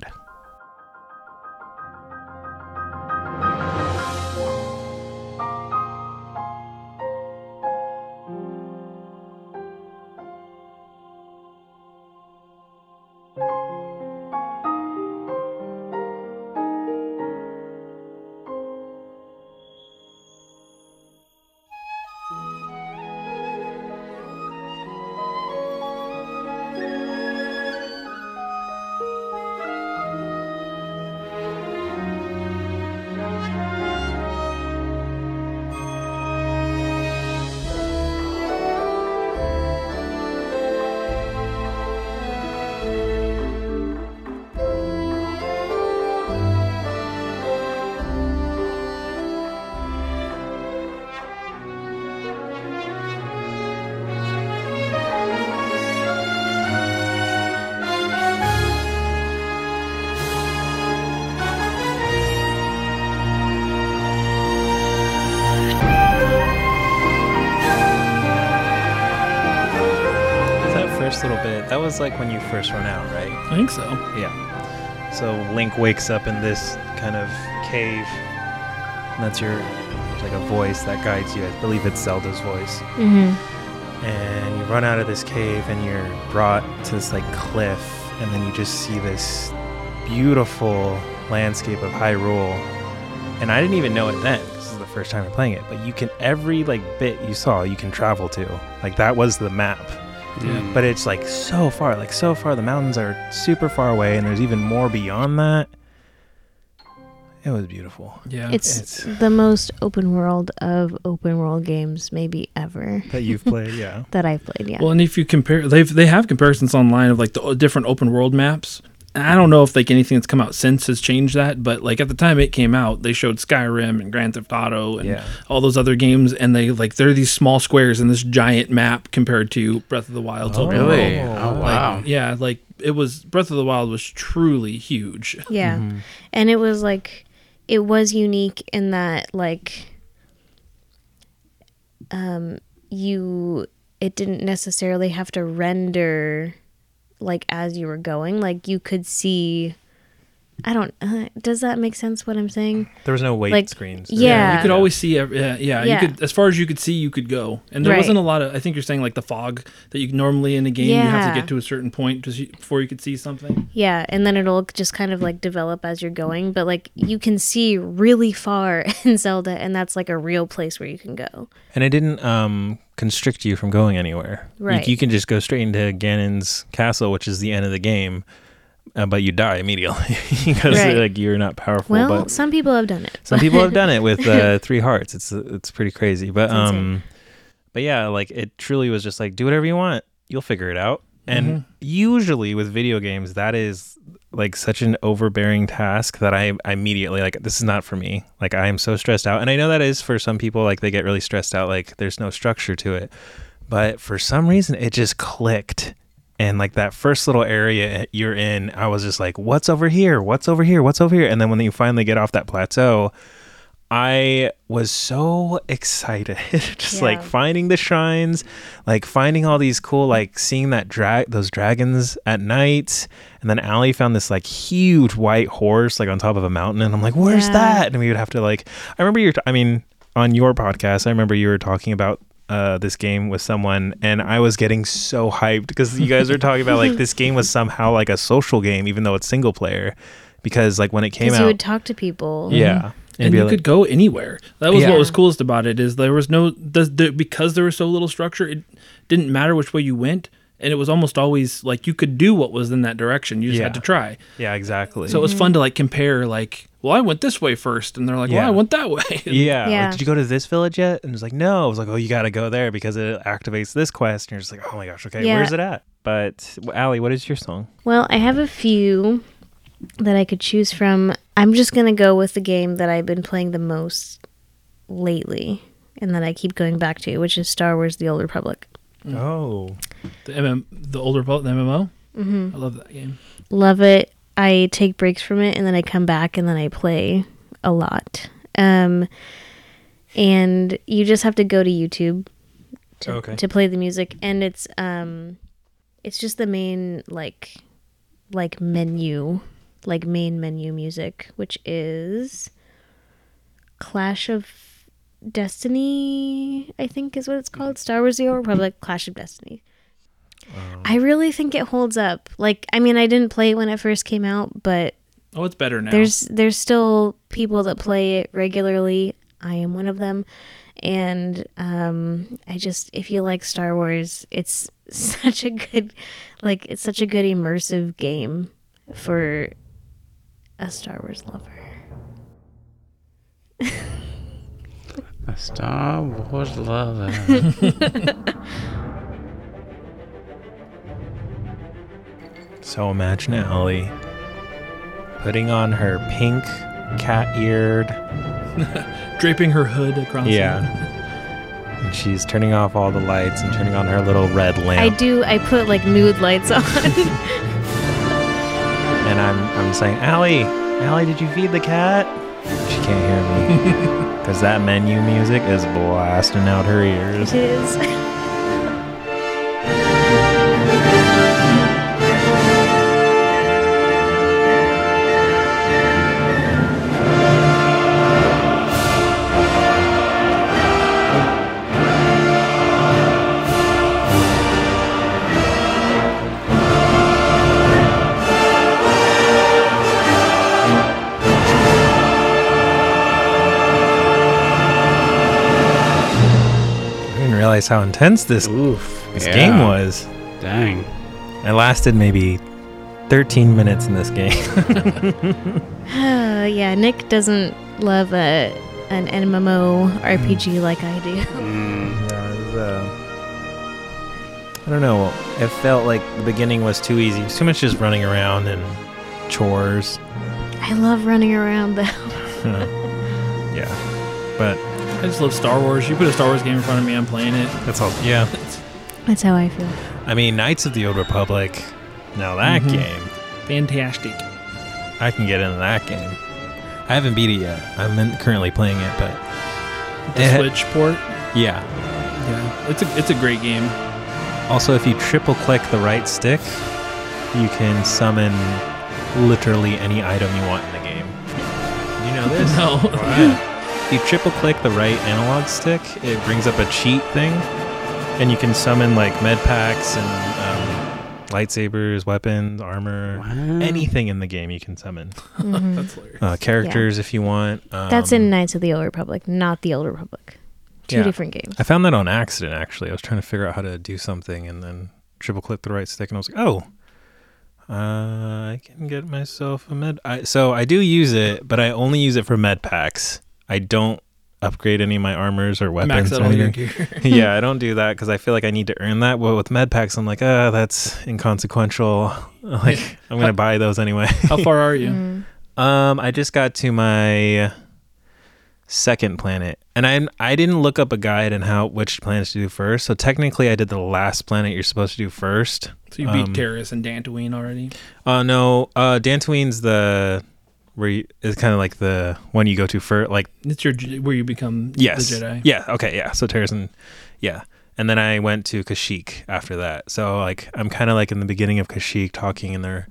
That first little bit, that was like when you first run out, right?
I think so.
Yeah. So Link wakes up in this kind of cave, and that's your there's like a voice that guides you. I believe it's Zelda's voice.
hmm
and you run out of this cave and you're brought to this like cliff and then you just see this beautiful landscape of Hyrule and I didn't even know it then 'cause this is the first time I'm playing it but you can every like bit you saw you can travel to like that was the map
Mm.
but it's like so far like so far the mountains are super far away and there's even more beyond that it was beautiful
Yeah.
It's,
It's-
the most open world of open world games maybe ever
that you've played yeah
that I've played. Yeah.
well, and if you compare, they've they have comparisons online of like the o- different open uh, world maps. I don't know if like anything that's come out since has changed that, but like at the time it came out, they showed Skyrim and Grand Theft Auto and
Yeah.
all those other games, and they like they're these small squares in this giant map compared to Breath of the Wild's overall.
Really? Oh, wow.
Yeah, like it was Breath of the Wild was truly huge.
Yeah.
Mm-hmm.
And it was like it was unique in that like um you it didn't necessarily have to render like as you were going. Like you could see I don't uh, does that make sense what I'm saying?
There was no wait
Like,
screens.
yeah.
you could always see. Every, yeah, yeah,
Yeah.
You could, as far as you could see, you could go, and there
Right.
wasn't a lot of. I think you're saying like the fog that you normally in a game you have to
Yeah.
get to a certain point just you- before you could see something.
Yeah, and then it'll just kind of like develop as you're going, but like you can see really far in Zelda and that's like a real place where you can go.
And it didn't um, constrict you from going anywhere. You-
Right.
You, can just go straight into Ganon's castle, which is the end of the game, uh, but you die immediately because
Right.
like you're not powerful.
Well,
but
some people have done it.
some people have done it with uh, three hearts. It's it's pretty crazy. But
insane.
um, but yeah, like it truly was just like do whatever you want. You'll figure it out. And usually with video games, that is like such an overbearing task that I, I immediately like this is not for me. Like I am so stressed out, and I know that is for some people. Like they get really stressed out. Like there's no structure to it. But for some reason, it just clicked. And like that first little area you're in, I was just like, what's over here? What's over here? What's over here? And then when you finally get off that plateau, I was so excited, just like
Yeah.
finding the shrines, like finding all these cool, like seeing that drag, those dragons at night. And then Allie found this like huge white horse, like on top of a mountain, and I'm like, "Where's
Yeah.
that?" And we would have to like, I remember you're, t- I mean, on your podcast, I remember you were talking about uh, this game with someone, and I was getting so hyped because you guys were talking about like this game was somehow like a social game, even though it's single player, because like when it came
Because
out,
you would talk to people.
yeah,
And
be
you
like-
could go anywhere. That was
Yeah.
what was coolest about it is there was no the, the, because there was so little structure. It didn't matter which way you went, and it was almost always like you could do what was in that direction. You just
Yeah.
had to try.
yeah, exactly.
So it was fun to like compare. Like, well, I went this way first, and they're like,
Yeah.
well, I went that way.
Yeah. like,
Yeah.
Did you go to this village yet? And it's like, no. I was like, oh, you got to go there because it activates this quest. And you're just like, oh my gosh, okay,
Yeah.
where's it at? But Allie, what is your song?
Well, I have a few that I could choose from. I'm just going to go with the game that I've been playing the most lately and that I keep going back to, which is Star Wars The Old Republic.
Mm.
Oh,
the MM, the older the MMO. Mm-hmm. I love that game.
Love it. I take breaks from it and then I come back and then I play a lot. Um, and you just have to go to YouTube to,
Okay.
to play the music and it's um it's just the main like like menu like main menu music which is clash of destiny i think is what it's called star wars the old republic clash of destiny i really think it holds up like i mean i didn't play it when it first came out but
Oh, it's better now.
there's there's still people that play it regularly. I am one of them, and um, I just if you like Star Wars, it's such a good like it's such a good immersive game for a Star Wars lover.
A Star Wars lover.
so imagine Allie putting on her pink cat eared.
draping her hood across. it.
Yeah. and she's turning off all the lights and turning on her little red
I
lamp.
do. I put like mood lights on.
and I'm I'm saying, Allie, Allie, did you feed the cat? She can't hear me because that menu music is blasting out her ears.
it is.
I didn't realize how intense this
Oof.
this
Yeah.
game was.
Dang.
I lasted maybe 13 minutes in this game.
yeah, Nick doesn't love a an MMO RPG like I do.
Mm.
Yeah, it was, uh, I don't know. It felt like the beginning was too easy. It was too much just running around and chores.
I love running around though.
Yeah. But
I just love Star Wars. You put a Star Wars game in front of me, I'm playing it.
that's all. Yeah.
That's how I feel.
I mean, Knights of the Old Republic. Now that game,
Fantastic.
I can get into that game. I haven't beat it yet. I'm in, currently playing it, but
The
Eh.
Switch port.
yeah.
Yeah, it's a it's a great game.
Also, if you triple click the right stick, you can summon literally any item you want in the game. You know this?
No.
Yeah. You triple click the right analog stick, it brings up a cheat thing, and you can summon like med packs and um, lightsabers, weapons, armor, anything in the game you can summon.
That's hilarious.
Uh, characters if you want. Um,
Mm-hmm. That's in Knights of the Old Republic, not the Old Republic. Two
Yeah.
different games.
I found that on accident actually. I was trying to figure out how to do something and then triple click the right stick and I was like, "Oh, uh, I can get myself a med." I, so I do use it, but I only use it for med packs. I don't upgrade any of my armors or weapons.
Max out
Or
all your
anything.
gear.
yeah, I don't do that because I feel like I need to earn that. Well, with med packs, I'm like, "Ah, that's inconsequential." Like, I'm gonna buy those anyway.
How far are you?
Mm-hmm.
Um, I just got to my second planet, and I I didn't look up a guide on how which planets to do first. So technically, I did the last planet you're supposed to do first.
So you beat
Um,
Terrace and Dantooine already.
Uh, no, uh, Dantooine's the where you, is kind of like the one you go to first, like
It's your J- where you become
yes,
the Jedi.
yeah, okay, yeah. So Terrazin, yeah, and then I went to Kashyyyk after that. So like I'm kind of like in the beginning of Kashyyyk talking, and they're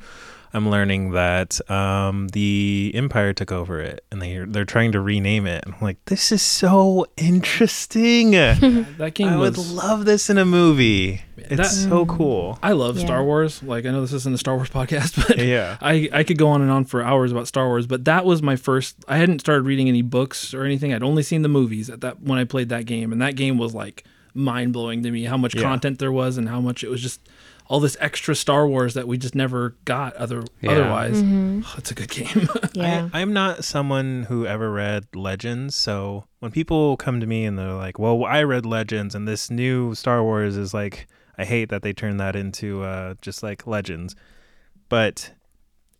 I'm learning that um, the Empire took over it, and they they're trying to rename it. And I'm like, this is so interesting. I
That game
would
was.
love this in a movie. It's
that-
so cool.
I love
Yeah.
Star Wars. Like I know this isn't a Star Wars podcast, but
Yeah.
I I could go on and on for hours about Star Wars. But that was my first. I hadn't started reading any books or anything. I'd only seen the movies at that when I played that game, and that game was like mind blowing to me. How much
Yeah.
content there was, and how much it was just all this extra Star Wars that we just never got other
Yeah.
otherwise.
Mm-hmm.
it's a good game.
Yeah.
I, I'm not someone who ever read Legends, so when people come to me and they're like, "Well, I read Legends, and this new Star Wars is like," I hate that they turned that into uh, just like Legends, but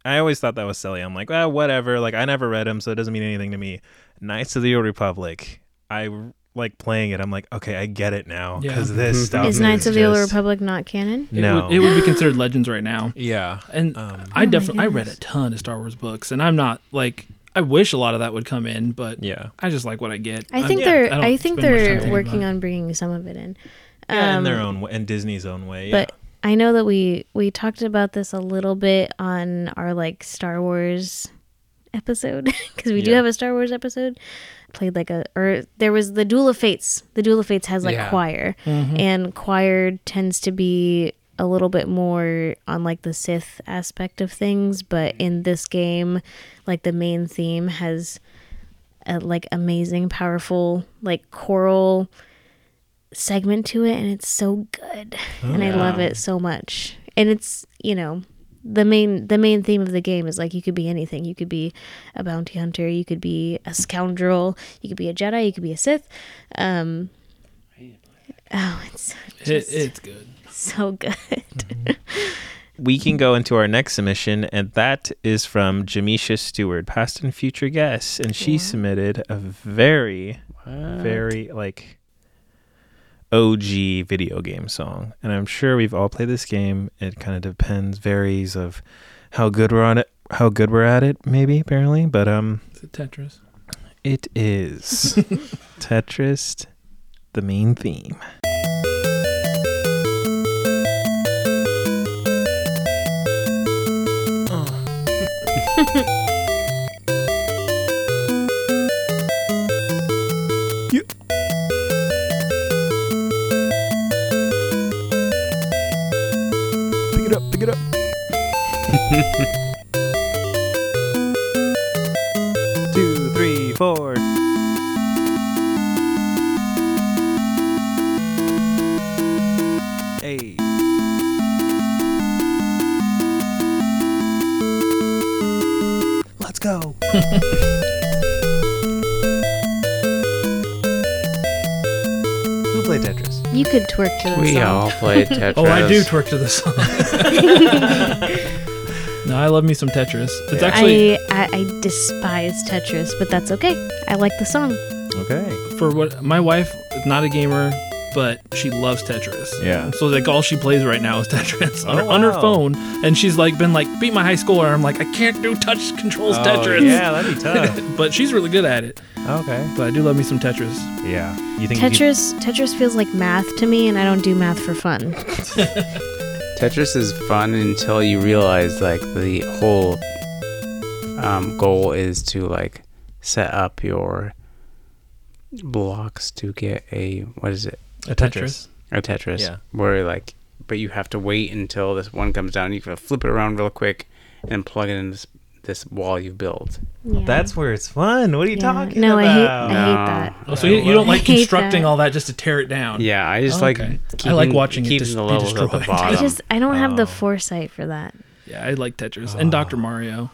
I always thought that was silly. I'm like, "Ah, whatever." Like I never read them, so it doesn't mean anything to me. Knights of the Old Republic, I r- like playing it. I'm like, okay, I get it now
Yeah. Mm-hmm.
because this stuff
Is Knights of the Old
just-
Republic not canon?
No,
it, would, it would be considered legends right now.
yeah,
And
Um,
I definitely I read a ton of Star Wars books, and I'm not like I wish a lot of that would come in, but
yeah.
I just like what I get.
I think
yeah,
they're.
Uh, I
I,
don't
think
spend much time
they're
thinking
working
about
on bringing some of it in.
Yeah, in
Um,
their own way, in Disney's own way.
but I know that we we talked about this a little bit on our like Star Wars episode because we do
Yeah.
have a Star Wars episode. Played like a or there was the Duel of Fates. The Duel of Fates has like
Yeah.
choir, and choir tends to be a little bit more on like the Sith aspect of things. But in this game, like the main theme has a like amazing, powerful like choral segment to it and it's so good
Oh,
and i love it so much and it's you know the main the main theme of the game is like you could be anything you could be a bounty hunter you could be a scoundrel you could be a jedi you could be a sith um oh it's
It, it's good.
so good
we can go into our next submission, and that is from Jamisha Stewart, past and future guest, and she submitted a very, very like OG video game song. And I'm sure we've all played this game. It kind of depends, varies of how good we're on it, how good we're at it, maybe apparently. But um,
Is it Tetris?
it is Tetris, the main theme. Pick it up, pick it up. Two, three, four. Hey. Let's go. Who played Tetris?
you could twerk to that
We
song
all played Tetris.
Oh, I do twerk to this song. no, No, I love me some Tetris. It's
Yeah.
I,
actually
I I despise Tetris, but that's okay. I like the song.
Okay.
for what my wife is not a gamer, but she loves Tetris.
Yeah.
So like all she plays right now is Tetris on, her,
Oh,
on her
wow.
phone, and she's like been like beat my high score. I'm like I can't do touch controls Tetris.
Oh, Yeah, that'd be tough.
But she's really good at it.
okay.
But I do love me some Tetris.
Yeah. You think You
Tetris Tetris feels like math to me, and I don't do math for fun.
Tetris is fun until you realize like the whole um, goal is to like set up your blocks to get a what is it
could, a
Tetris.
a Tetris
Yeah.
where like but you have to wait until this one comes down. You can flip it around real quick and plug it in this this wall you've built.
That's where it's fun. What are you
Yeah.
talking
no, I hate
about?
I hate that.
Oh, so you, you don't like
I hate
constructing
that.
all that just to tear it down.
Yeah, I just
Oh,
like
okay. I like watching it
keeping
des-
the
be
levels at the
destroyed.
bottom.
I just I don't have
Oh.
the foresight for that.
Yeah, I like Tetris and Dr. Mario.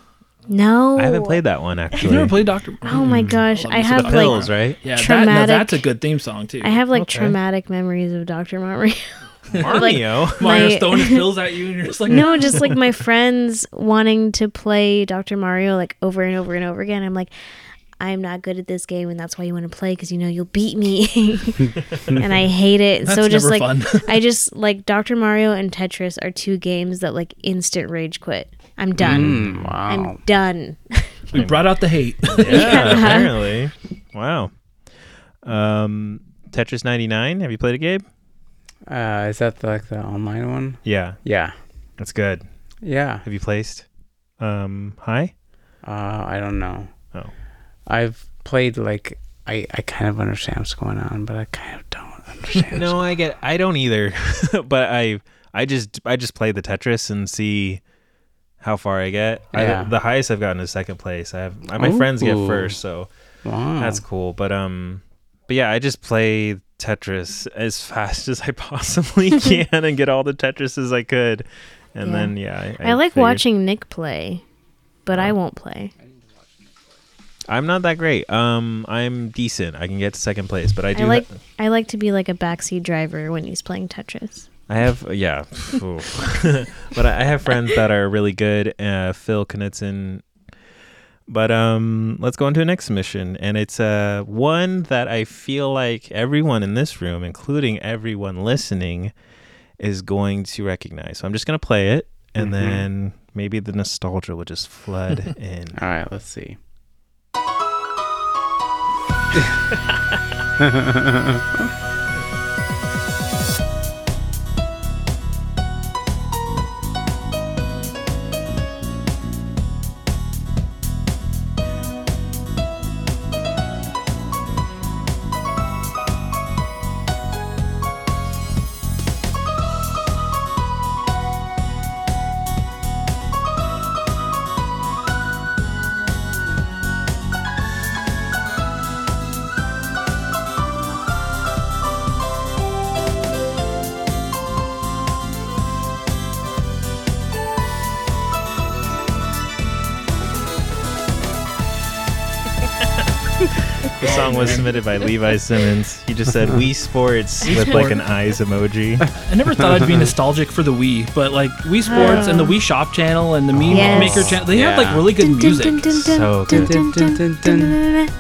No,
I haven't played that one actually.
You've never played Dr. Mario?
Oh my gosh, I
it's
have
the
like
Pills, right?
Yeah, that, now
Traumatic.
that's a good theme song too.
I have like
Okay.
traumatic memories of Doctor Mario.
Mario.
Mario's
my-
throwing his pills at you, and you're just like,
no, just like my friends wanting to play Dr. Mario like over and over and over again. I'm like, I'm not good at this game, and that's why you want to play because you know you'll beat me, and I hate it. so
That's
just
never
like
fun.
I just like Dr. Mario and Tetris are two games that like instant rage quit. I'm done.
Mm,
I'm
wow.
done.
we brought out the hate.
uh-huh.
yeah, apparently. Wow. Um, Tetris 99. Have you played it, Gabe?
Uh, is that the, like the online one?
Yeah,
Yeah,
that's good.
yeah.
Have you placed? Um, high.
Uh, I don't know.
Oh.
I've played like I, I kind of understand what's going on, but I kind of don't understand.
No, I get. I don't either. but I, I just, I just play the Tetris and see how far I get.
Yeah.
I, the highest I've gotten is second place. I have my friends get
Ooh.
first, so
Wow.
that's cool. But um, but yeah, I just play Tetris as fast as I possibly can and get all the Tetrises I could. And
Yeah.
then yeah,
I, like
figured-
watching Nick play, but
Oh.
I won't play.
I'm not that great. Um, I'm decent. I can get to second place, but I do.
I like
ha-
I like to be like a backseat driver when he's playing Tetris.
I have uh, yeah, oof. but I I have friends that are really good. Uh, Phil Knutson. But um, let's go on to the next mission, and it's uh, one that I feel like everyone in this room, including everyone listening, is going to recognize. So I'm just gonna play it, and
Mhm.
then maybe the nostalgia will just flood in.
All right, let's see.
The song was submitted by Levi Simmons. He just said Wii Sports with like an eyes emoji.
I never thought I'd be nostalgic for the Wii, but like Wii Sports and the Wii Shop channel and the Meme
Oh. Yes.
Maker channel, they have like
Yeah.
really good music.
So good.
dun.
dun, dun, dun,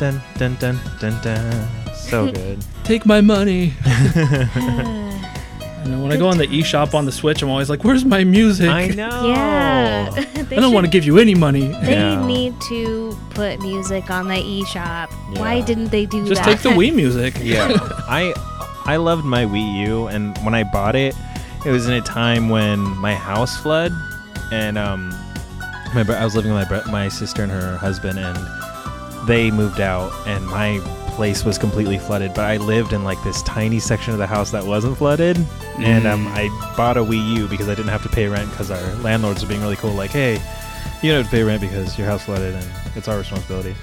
dun, dun, dun, dun, dun. So good.
Take my money. I know when I go on the eShop on the Switch, I'm always like, where's my music?
I know.
Yeah. They
Oh. I don't want to give you any money.
They
Yeah.
need to put music on the eShop. Why
Yeah.
didn't they do
Just
that?
take the Wii music.
Yeah.
I I loved my Wii U, and when I bought it, it was in a time when my house flood, and um, my bro- I was living with my bro- my sister and her husband, and they moved out, and my place was completely flooded. But I lived in like this tiny section of the house that wasn't flooded, and um, I bought a Wii U because I didn't have to pay rent because our landlords were being really cool, like, hey, you don't have to pay rent because your house flooded, and it's our responsibility.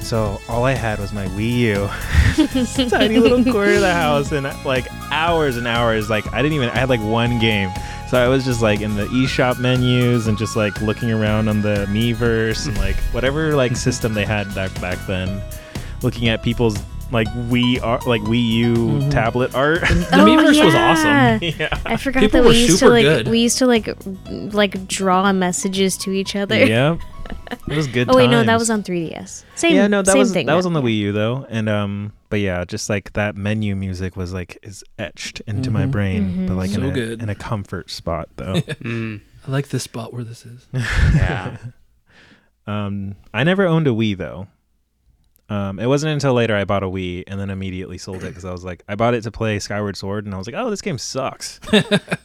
So all I had was my Wii U tiny little corner of the house and like hours and hours like i didn't even i had like one game so i was just like in the eshop menus and just like looking around on the meverse and like whatever like system they had back back then looking at people's like Wii art, like Wii U tablet art.
The Miiverse was awesome.
Oh, yeah. Mm-hmm. I forgot
People
that
were
we used to
super
like
good.
we used to like m- like draw messages to each other.
yep, it was good.
Oh wait, no, that
times.
was on 3DS. Same.
yeah, no, that
same
was
thing.
that was
though.
on the Wii U though, and um, but yeah, just like that menu music was like is etched into my brain,
Mm-hmm.
but like in,
Mm-hmm. So
a,
good.
in a comfort spot though.
Mm,
I like this spot where this is.
yeah.
um, I never owned a Wii though. Um, it wasn't until later I bought a Wii and then immediately sold it because I was like, I bought it to play Skyward Sword, and I was like, oh, this game sucks.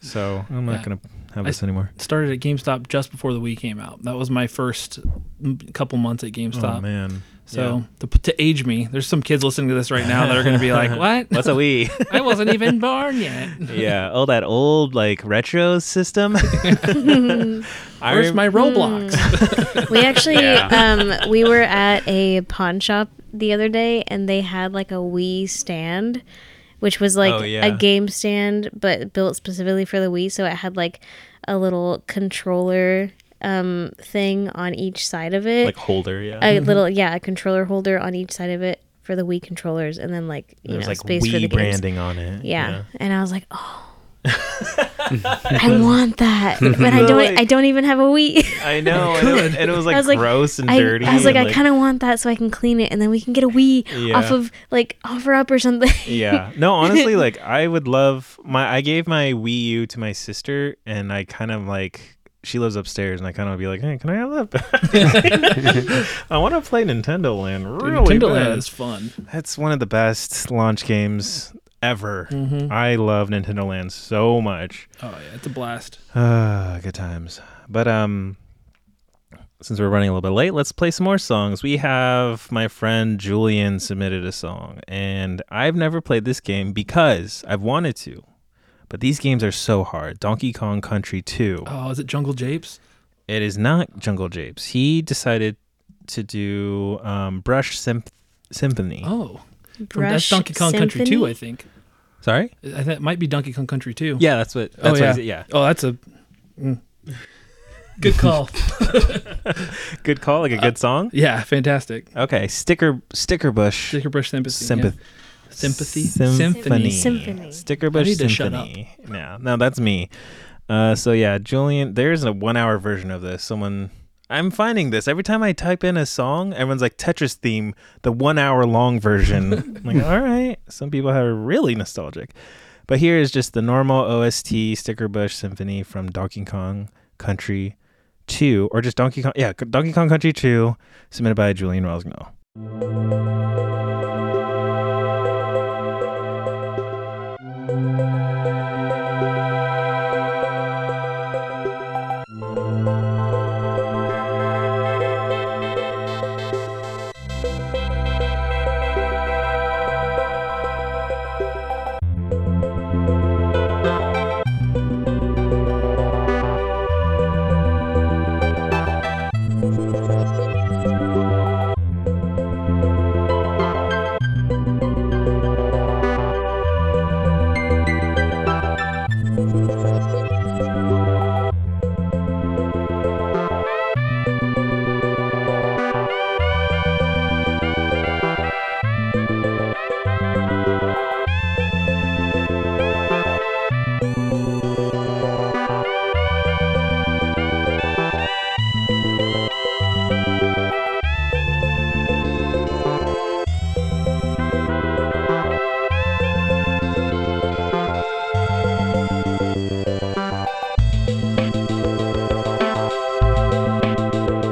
so I'm not gonna have
I-
this anymore.
Started at GameStop just before the Wii came out. That was my first m- couple months at
Oh
GameStop.
man,
So to, to age me, there's some kids listening to this right now that are going to be like, "What?
what's a Wii?
I wasn't even born yet.
yeah, oh that old like retro system. I
Where's
rem-
my Roblox?"
Hmm.
We actually
Yeah.
um we were at a pawn shop the other day and they had like a Wii stand which was like
Oh, yeah.
a game stand but built specifically for the Wii so it had like a little controller um thing on each side of it.
like mm-hmm. holder, yeah.
a little yeah, a controller holder on each side of it for the Wii controllers and then like you
There's
know
like
space
Wii
for the games.
branding on it.
Yeah. And I was like, "Oh, I want that, but I don't. e,
Like-
I don't even have a Wii.
I know, and it, and it was like,
I was like,
gross and
I,
dirty.
I was like,
and,
I kind of want that so I can clean it, and then we can get a Wii
Yeah.
off of like offer up or something.
Yeah. No, honestly, like I would love my. I gave my Wii U to my sister, and I kind of like she lives upstairs, and I kind of be like, hey, can I have that? I want to play Nintendo Land
Dude,
really
Nintendo
bad.
Land is fun.
That's one of the best launch games ever. I love Nintendo Land so much.
Oh yeah, it's a blast.
Ah, good times. But um since we're running a little bit late, let's play some more songs. We have my friend Julian submitted a song, and I've never played this game because I've wanted to. But these games are so hard. Donkey Kong Country 2.
Oh, is it Jungle Japes?
It is not Jungle Japes. He decided to do um, Brush Symp- Symphony.
Oh, from- that's
Brush
Donkey Kong Country Two,
Symphony?
I think.
Sorry?
I think it might be Donkey Kong Country Two.
Yeah, that's what. That's
oh
what
yeah.
he said, yeah.
Oh, that's a mm. good call.
Good call, like a good song.
yeah, fantastic.
Okay, Sticker Sticker Bush.
Sticker brush sympathy. yeah.
Sympath-
Sympathy.
Symphony.
Symphony.
Symphony.
Sticker
I
Bush
need to
Symphony.
shut
Yeah, no, that's me. Uh, so yeah, Julian, there's a one-hour version of this. Someone, I'm finding this every time I type in a song. Everyone's like Tetris theme, the one-hour-long version. I'm like, all right, some people are really nostalgic. But here is just the normal OST Sticker Bush Symphony from Donkey Kong Country 2, or just Donkey Kong, yeah, Donkey Kong Country 2, submitted by Julian Rosno.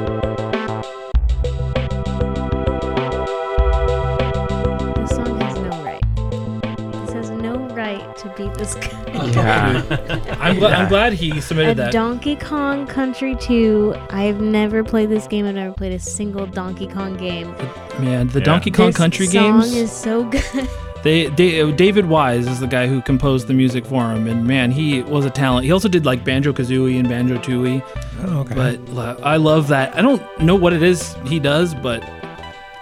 eh?
This song has no right. This has no right to beat this. guy.
Yeah.
I'm, glad, I'm glad he submitted
A
that.
Donkey Kong Country 2. I've never played this game. I've never played a single Donkey Kong game.
Man, the
Yeah.
Donkey Kong
This
Country
song
games.
is so good.
They, they uh, David Wise is the guy who composed the music for him, and man, he was a talent. He also did like Banjo Kazooie and Banjo Tooie,
Oh, okay.
but uh, I love that. I don't know what it is he does, but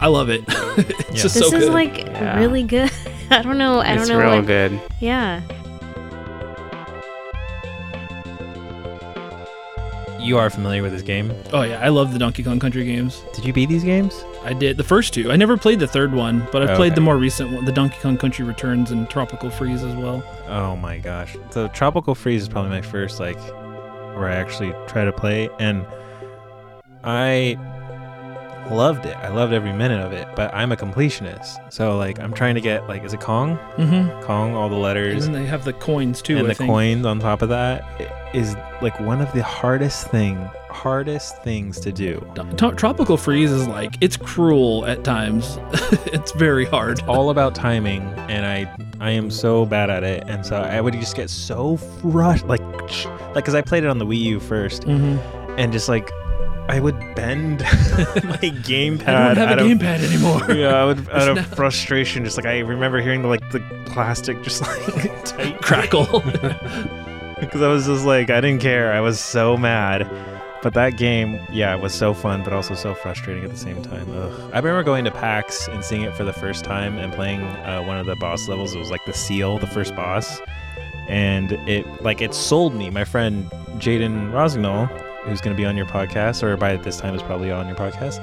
I love it. it's
Yeah.
just
this
so
is
good.
like really good. I don't know. I
it's
don't know.
real
what,
good.
Yeah.
you are familiar with this game.
Oh yeah, I love the Donkey Kong Country games.
Did you beat these games?
I did the first two. I never played the third one, but I've
Oh,
played
Okay.
the more recent one, the Donkey Kong Country Returns and Tropical Freeze as well.
Oh my gosh. So Tropical Freeze is probably my first like where I actually try to play and I loved it. I loved every minute of it, but I'm a completionist. So like I'm trying to get like is it Kong?
Mm-hmm.
Kong all the
And
letters
then they have the coins too.
and
I
the
think.
coins on top of that i- is like one of the hardest thing hardest things to do.
T- Tropical Freeze is like it's cruel at times. it's very hard.
all about timing and I I am so bad at it and so I would just get so rushed like like cuz I played it on the Wii U first
Mm-hmm.
and just like I would bend my gamepad
I don't have
out
a
of
gamepad anymore.
yeah, I would, out
now-
of frustration, just like I remember hearing the, like the plastic just like tight
Crackle.
because I was just like I didn't care. I was so mad. But that game, yeah, it was so fun, but also so frustrating at the same time. Ugh. I remember going to PAX and seeing it for the first time and playing uh, one of the boss levels. It was like the seal, the first boss, and it like it sold me. My friend Jaden Rosignol, who's going to be on your podcast, or by this time is probably on your podcast.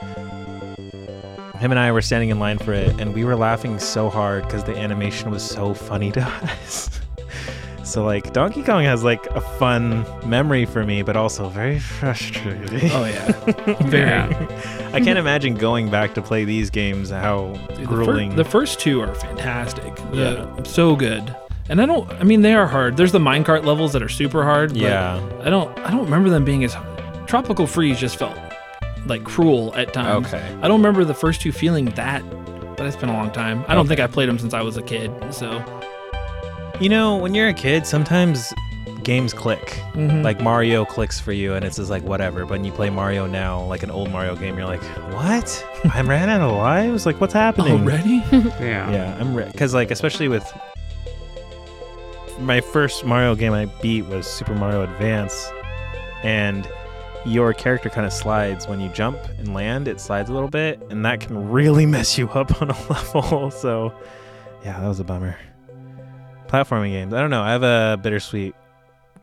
Him and I were standing in line for it, and we were laughing so hard because the animation was so funny to us. So like Donkey Kong has like a fun memory for me, but also very frustrating.
oh yeah, very.
I can't imagine going back to play these games. How
Dude, the fir-
grueling.
The, first two are fantastic. The- so good. And I don't. I mean, they are hard. There's the minecart levels that are super hard. But
Yeah.
I don't. I don't remember them being as. Tropical freeze just felt like cruel at times.
Okay.
I don't remember the first two feeling that, but it's been a long time. I don't think I played them since I was a kid. So
you know, when you're a kid, sometimes games click.
Mhm.
Like Mario clicks for you, and it's just like whatever. But when you play Mario now, like an old Mario game, you're like, what? I ran out of lives. Like what's happening?
already.
Yeah.
Yeah, I'm because like especially with my first Mario game I beat was Super Mario Advance, and your character kind of slides when you jump and land. It slides a little bit, and that can really mess you up on a level. So, yeah, that was a bummer. Platforming games. I don't know. I have a bittersweet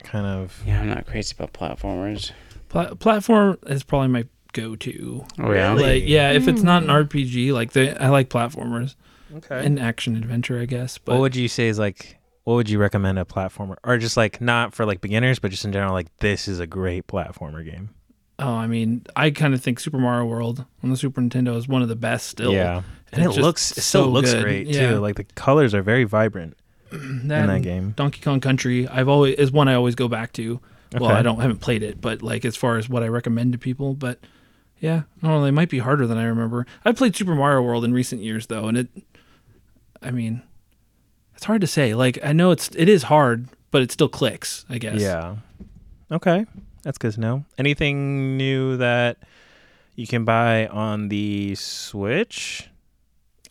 kind of.
Yeah, I'm not crazy about platformers.
Pla- platform is probably my go-to.
Oh yeah.
Like yeah, if it's not an RPG, like the I like platformers
Okay.
and action adventure, I guess. But
what would you say is like? What would you recommend a platformer, or just like not for like beginners, but just in general? Like this is a great platformer game.
Oh, I mean, I kind of think Super Mario World on the Super Nintendo is one of the best still.
Yeah. And,
it's
it
just
looks it still
so
looks
good.
great
Yeah.
too. Like the colors are very vibrant in that
and
game.
Donkey Kong Country, I've always is one I always go back to. Well,
Okay.
I don't haven't played it, but like as far as what I recommend to people, but yeah, I don't know, they might be harder than I remember. I played Super Mario World in recent years though, and it, I mean, it's hard to say. Like I know it's it is hard, but it still clicks. I guess.
Yeah. Okay. That's good to know. Anything new that you can buy on the Switch?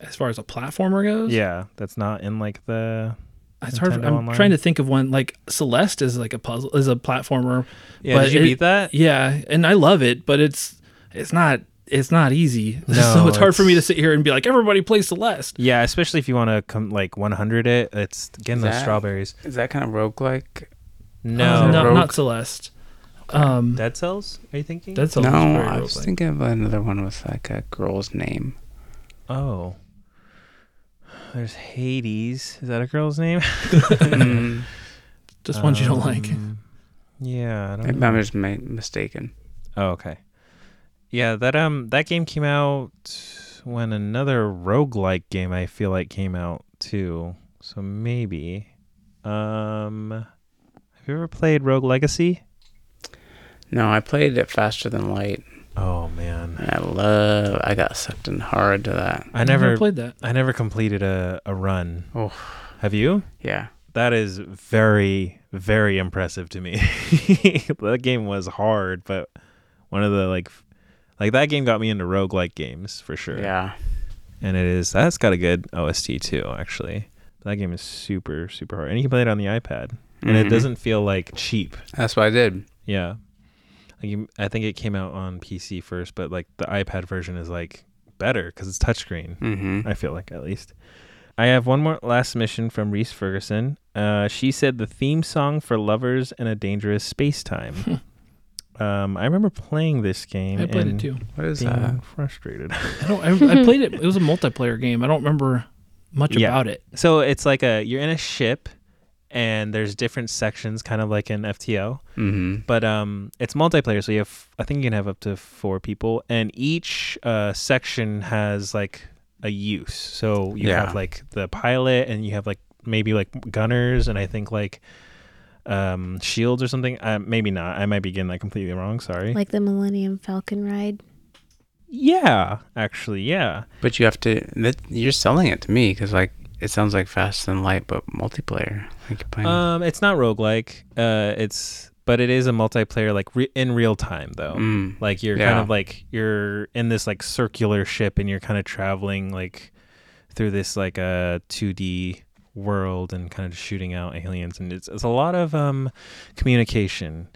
As far as a platformer goes,
Yeah, that's not in like the
it's hard.
Nintendo
I'm
Online.
trying to think of one. Like Celeste is like a puzzle is a platformer, But
did you
it-
beat that?
Yeah, and I love it, but it's it's not it's not easy.
No,
so it's hard for me to
it's-
sit here and be like, everybody play Celeste.
Yeah, especially if you want to come like 100 it, it's getting those
That-
strawberries.
Is that kind of roguelike?
No.
Oh,
not,
Rogue.
not Celeste. Um,
Dead Cells? Are you thinking?
that's a
No,
very
I was
roguelike.
thinking of another one with like a girl's name.
oh. There's Hades. Is that a girl's name?
Mm,
just ones you don't like.
Um, Yeah, I don't
maybe
know.
I'm just ma- mistaken.
Oh, okay. Yeah, that um that game came out when another roguelike game I feel like came out too. So maybe um have you ever played Rogue Legacy?
No, I played it faster than light.
Oh man.
and I love. I got sucked in hard to that.
I never
played that.
I never completed a, a run.
Oh.
Have you?
Yeah,
That is very very impressive to me. that game was hard, but one of the like f- like that game got me into roguelike games for sure.
yeah.
and it is that's got a good OST too. Actually, that game is super super hard, and you can play it on the iPad, and it
Mhm.
doesn't feel like cheap.
That's what I did.
Yeah, like you, I think it came out on PC first, but like the iPad version is like better because it's touchscreen.
Mm-hmm.
I feel like at least. I have one more last submission from Reese Ferguson. Uh, she said the theme song for Lovers in a Dangerous Space Time. Um, I remember playing this game.
I played
and
it uh, too.
What is
Being
that?
frustrated.
I don't. I, I played it. It was a multiplayer game. I don't remember much
Yeah.
about it.
so it's like a you're in a ship, and there's different sections, kind of like an FTO.
Mm-hmm.
but um it's multiplayer so you have i think you can have up to four people and each uh section has like a use so you
Yeah.
have like the pilot and you have like maybe like gunners and i think like um shields or something uh, maybe not i might be getting that completely wrong sorry
Like the Millennium Falcon ride.
yeah actually yeah
But you have to. That, you're selling it to me because like it sounds like Fast and Light, but multiplayer. Like you're playing.
um it's not roguelike uh it's but it is a multiplayer like re- in real time though
Mm.
like you're kind
Yeah.
of like you're in this like circular ship and you're kind of traveling like through this like a 2d world and kind of just shooting out aliens and it's, it's a lot of um communication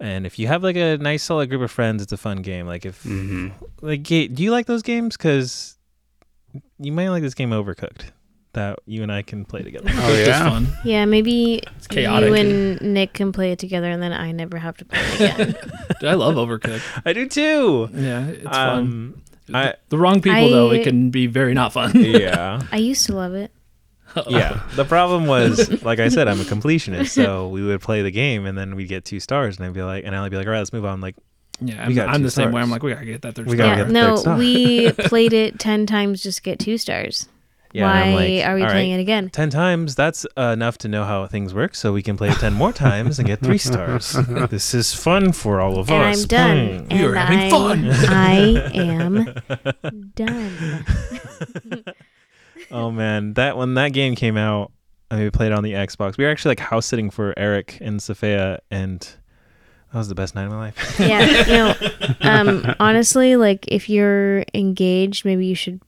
and if you have like a nice solid group of friends it's a fun game like if
hmm
like ga- do you like those games because you might like this game overcooked that you and i can play together
Oh,
It was
yeah?
fun.
Yeah, maybe
It's
you
chaotic.
and Nick can play it together, and then I never have to play it again.
Dude, I love Overcooked.
i do too
Yeah, it's fun.
um I-
the, the wrong people though,
I-
it can be very not fun.
yeah
I used to love it.
yeah. The problem was, like I said, I'm a completionist, so we would play the game and then we'd get two stars, and I'd be like, and I'd be like, all right, let's move on. Like,
Yeah,
We
I'm,
got
I'm
two
the same way.
stars.
I'm like, we gotta get that third
We
star.
gotta
Yeah,
get
no,
fixed up.
we played it ten times just to get two stars.
yeah, and
Why
I'm like,
are we
all
playing
right,
it again?
Ten times, that's enough to know how things work, so we can play it ten more times and get three stars. this is fun for all of
and
us.
I'm done.
Boom.
And
We are having
I,
fun.
I am done.
Hmm. Oh man, that when that game came out, I mean, we played it on the Xbox. We were actually like house sitting for Eric and Sophia, and that was the best night of my life.
Yeah, you know, um, honestly, like if you're engaged, maybe you should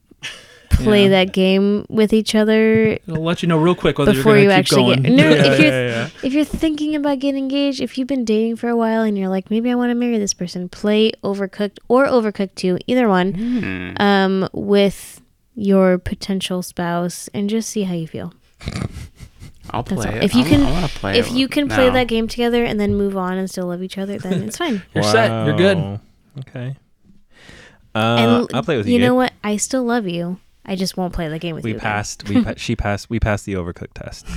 play
Yeah.
that game with each other
It'll let you know real quick whether
before you
you're gonna keep
actually
going.
get. No, if you're
yeah.
if you're thinking about getting engaged, if you've been dating for a while and you're like, maybe I want to marry this person, play Overcooked or Overcooked Two, either one, um, with your potential spouse, and just see how you feel.
I'll
That's
play
all.
it.
If you
I'm-
can-
I wanna play
if
it
you can play
now.
that game together and then move on and still love each other, then it's fine.
You're set. You're good.
Wow. Okay. Uh,
and l-
I'll play with you.
You
Gabe.
know what? I still love you. I just won't play the game with
We
you. then.
passed. We pa- she passed. We passed the overcooked test.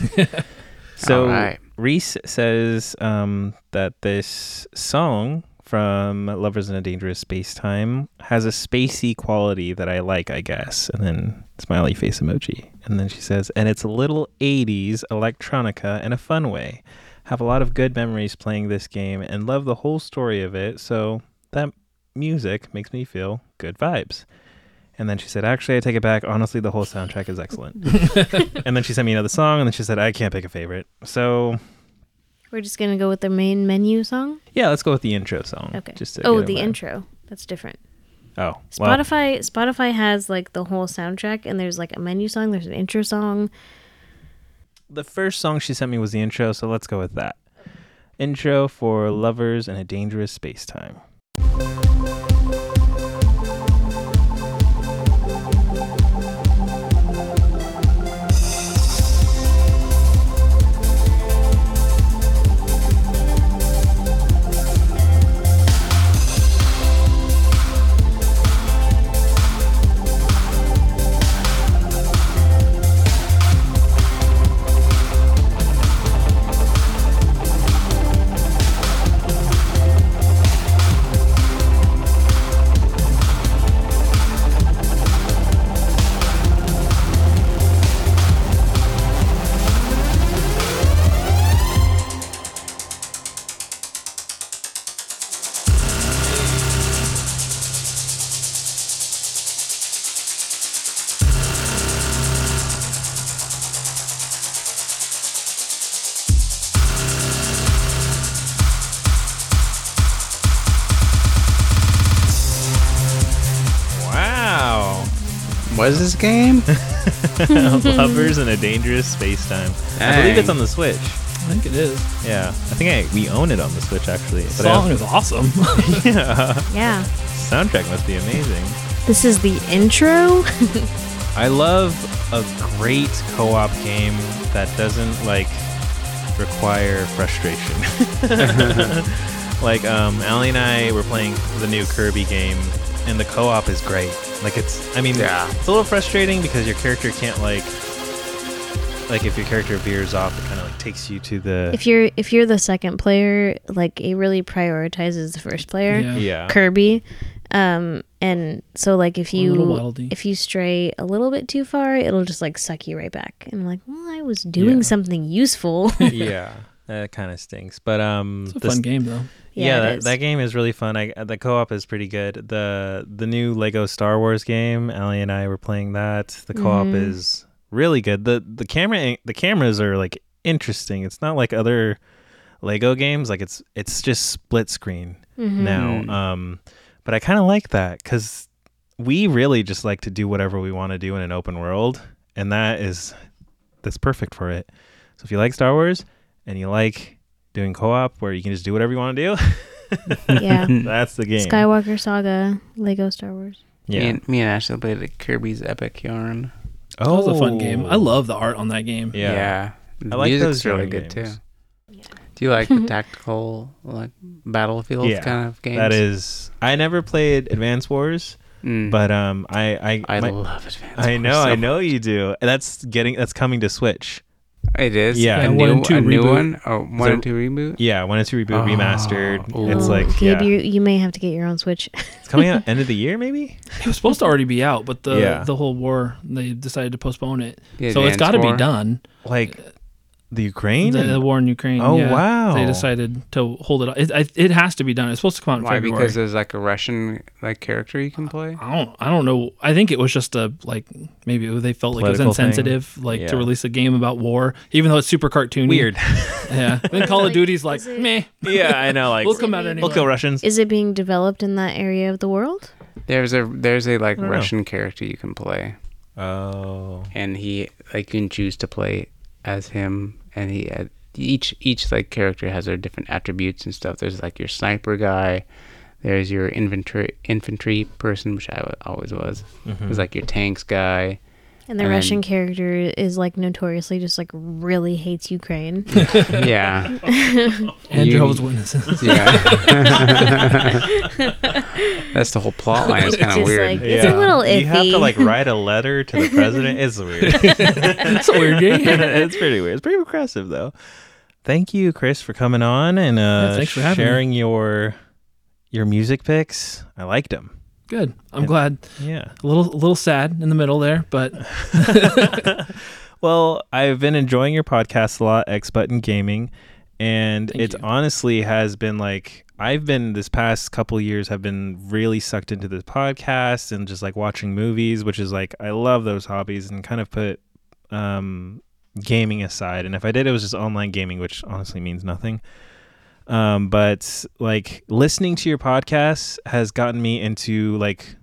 so
All right.
Reese says um, that this song from "Lovers in a Dangerous Space Time" has a spacey quality that I like, I guess. And then smiley face emoji. And then she says, "And it's a little '80s electronica in a fun way. Have a lot of good memories playing this game, and love the whole story of it. So that music makes me feel good vibes." And then she said, actually, I take it back. Honestly, the whole soundtrack is excellent. and then she sent me another song, and then she said, I can't pick a favorite. So,
We're just gonna go with the main menu song.
yeah, let's go with the intro song.
Okay.
Just to
oh,
get it
the
vibe.
intro. That's different.
Oh, well,
Spotify. Spotify has like the whole soundtrack, and there's like a menu song. There's an intro song.
the first song she sent me was the intro, so let's go with that. Intro for Lovers in a Dangerous Space Time. Wow.
What is this game?
Lovers in a Dangerous Space Time. I believe it's
Dang.
on the Switch.
I think it is.
Yeah. I think I we own it on the Switch, actually. But I-
song is awesome.
yeah.
Yeah.
Soundtrack must be amazing.
This is the intro.
I love a great co-op game that doesn't like require frustration. Like, um, Allie and I were playing the new Kirby game, and the co-op is great. Like, it's, I mean,
Yeah.
it's a little frustrating because your character can't like, like if your character veers off, it kind of like takes you to the
If you're if you're the second player, like it really prioritizes the first player,
Yeah.
yeah.
Kirby. Um, and so like if
little
you
wildy.
if you stray a little bit too far, it'll just like suck you right back. And I'm like, well, I was doing
Yeah.
something useful.
yeah, that kind of stinks. But um,
It's a
this-
fun game though.
Yeah,
Yeah,
it
that,
is.
that game is really fun. I, the co-op is pretty good. the The new Lego Star Wars game, Allie and I were playing that. The co-op
Mm-hmm.
is really good. the the camera eh, The cameras are like interesting. It's not like other Lego games. Like it's it's just split screen
Mm-hmm.
now.
Mm-hmm.
Um, but I kind of like that because we really just like to do whatever we want to do in an open world, and that is that's perfect for it. So if you like Star Wars and you like doing co-op where you can just do whatever you want to do,
Yeah.
that's the game.
Skywalker Saga, Lego Star Wars.
yeah.
Me, and, me and Ashley played at Kirby's Epic Yarn.
That was a fun game. I love the art on that game.
Oh. Yeah.
The
I like
music's
those
really
drawing
good
games.
too. Do you like the tactical like battlefield
Yeah,
kind of games?
Oh, That is. I never played Advance Wars,
Mm.
but um, I I
I
my-
love Advance
I
Wars
know,
so
I know you do. And That's getting that's coming to Switch.
It is.
Yeah.
a
Yeah,
new,
one and two
a new
reboot.
one. Oh, one
So-
and two reboot.
Yeah, when it's reboot
Oh,
remastered, it's
ooh.
like
Oh,
yeah,
Gabe, you you may have to get your own Switch.
it's coming out end of the year maybe.
It was supposed to already be out, but the
Yeah.
the whole war they decided to postpone it.
The
so it's
Advance
got to be
War.
done.
Like the Ukraine.
The, the war in Ukraine.
Oh,
yeah.
wow.
They decided to hold it. It, I- it has to be done. It's supposed to come out in
Why?
February.
Because there's like a Russian like character you can play.
I don't. I don't know. I think it was just a like maybe they felt like it
Political
was
thing.
insensitive, like
Yeah.
to release a game about war, even though it's super cartoony.
Weird.
Yeah. Then Call of
Like,
Duty's like
is it-
meh.
yeah, I know. Like
We'll come out anyway.
Look at Russians.
Is it being developed in that area of the world?
There's a there's a like
I don't know.
Russian character you can play,
Oh,
and he like you can choose to play as him, and he uh, each each like character has their different attributes and stuff. There's like your sniper guy, there's your infantry infantry person, which I wa- always was.
Mm-hmm.
There's like your tanks guy.
And the
And-
Russian character is like notoriously just like really hates Ukraine.
Yeah,
And
You-
Jehovah's Witnesses.
yeah. That's the whole plot line. It's
It's
kind of
just
weird.
like- It's a little
You have to
iffy.
like write a letter to the president. It's weird.
That's a weird game.
it's pretty weird. It's pretty impressive though. Thank you, Chris, for coming on and uh,
Yeah, thanks for having me.
sharing your your music picks. I liked them.
Good. I'm glad.
Yeah.
A little, a little sad in the middle there, but
Well, I've been enjoying your podcast a lot, X Button Gaming, and
Thank
it
you.
honestly has been like I've been this past couple years have been really sucked into this podcast and just like watching movies, which is like I love those hobbies and kind of put um gaming aside. And if I did it was just online gaming, which honestly means nothing. Um but like listening to your podcast has gotten me into like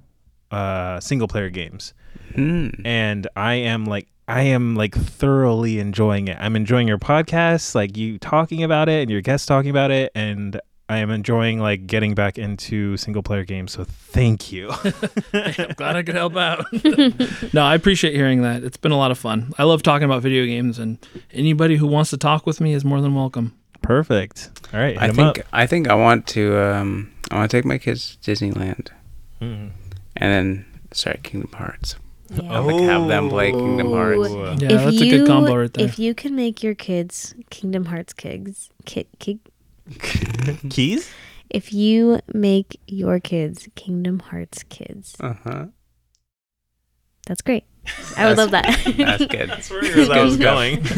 uh single player games
Mm.
and I am like I am like thoroughly enjoying it. I'm enjoying your podcast, like you talking about it and your guests talking about it and I am enjoying like getting back into single player games. So thank you.
I'm glad I could help out. no, I appreciate hearing that. It's been a lot of fun. I love talking about video games, and anybody who wants to talk with me is more than welcome.
Perfect. All right, hit
I
'em
think
up.
I think I want to um I want to take my kids to Disneyland.
Mm.
and then start Kingdom Hearts. I'll, like have them play Kingdom Hearts.
Ooh.
Oh, Yeah, that's a good combo right there.
If you can make your kids Kingdom Hearts kids, kid, kid,
Keys?
if you make your kids Kingdom Hearts kids,
Uh huh.
that's great. I would love that.
That's good. That's
Where that was
good stuff.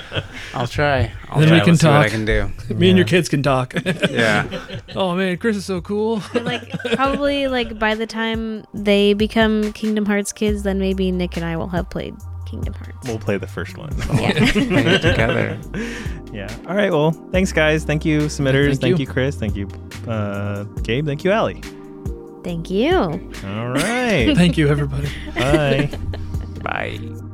going.
I'll try. I'll
Then
try.
we can
We'll see what I
talk.
can do.
Me and your kids can talk.
Yeah.
oh man, Chris is so cool.
But, like probably like by the time they become Kingdom Hearts kids, then maybe Nick and I will have played Kingdom Hearts.
We'll play the first one.
Play it together.
yeah. All right. Well, thanks, guys. Thank you, submitters.
Thank
Thank, you.
you.
Chris. Thank you, uh, Gabe. Thank you, Allie.
Thank you.
All right.
Thank you, everybody.
Bye.
Bye.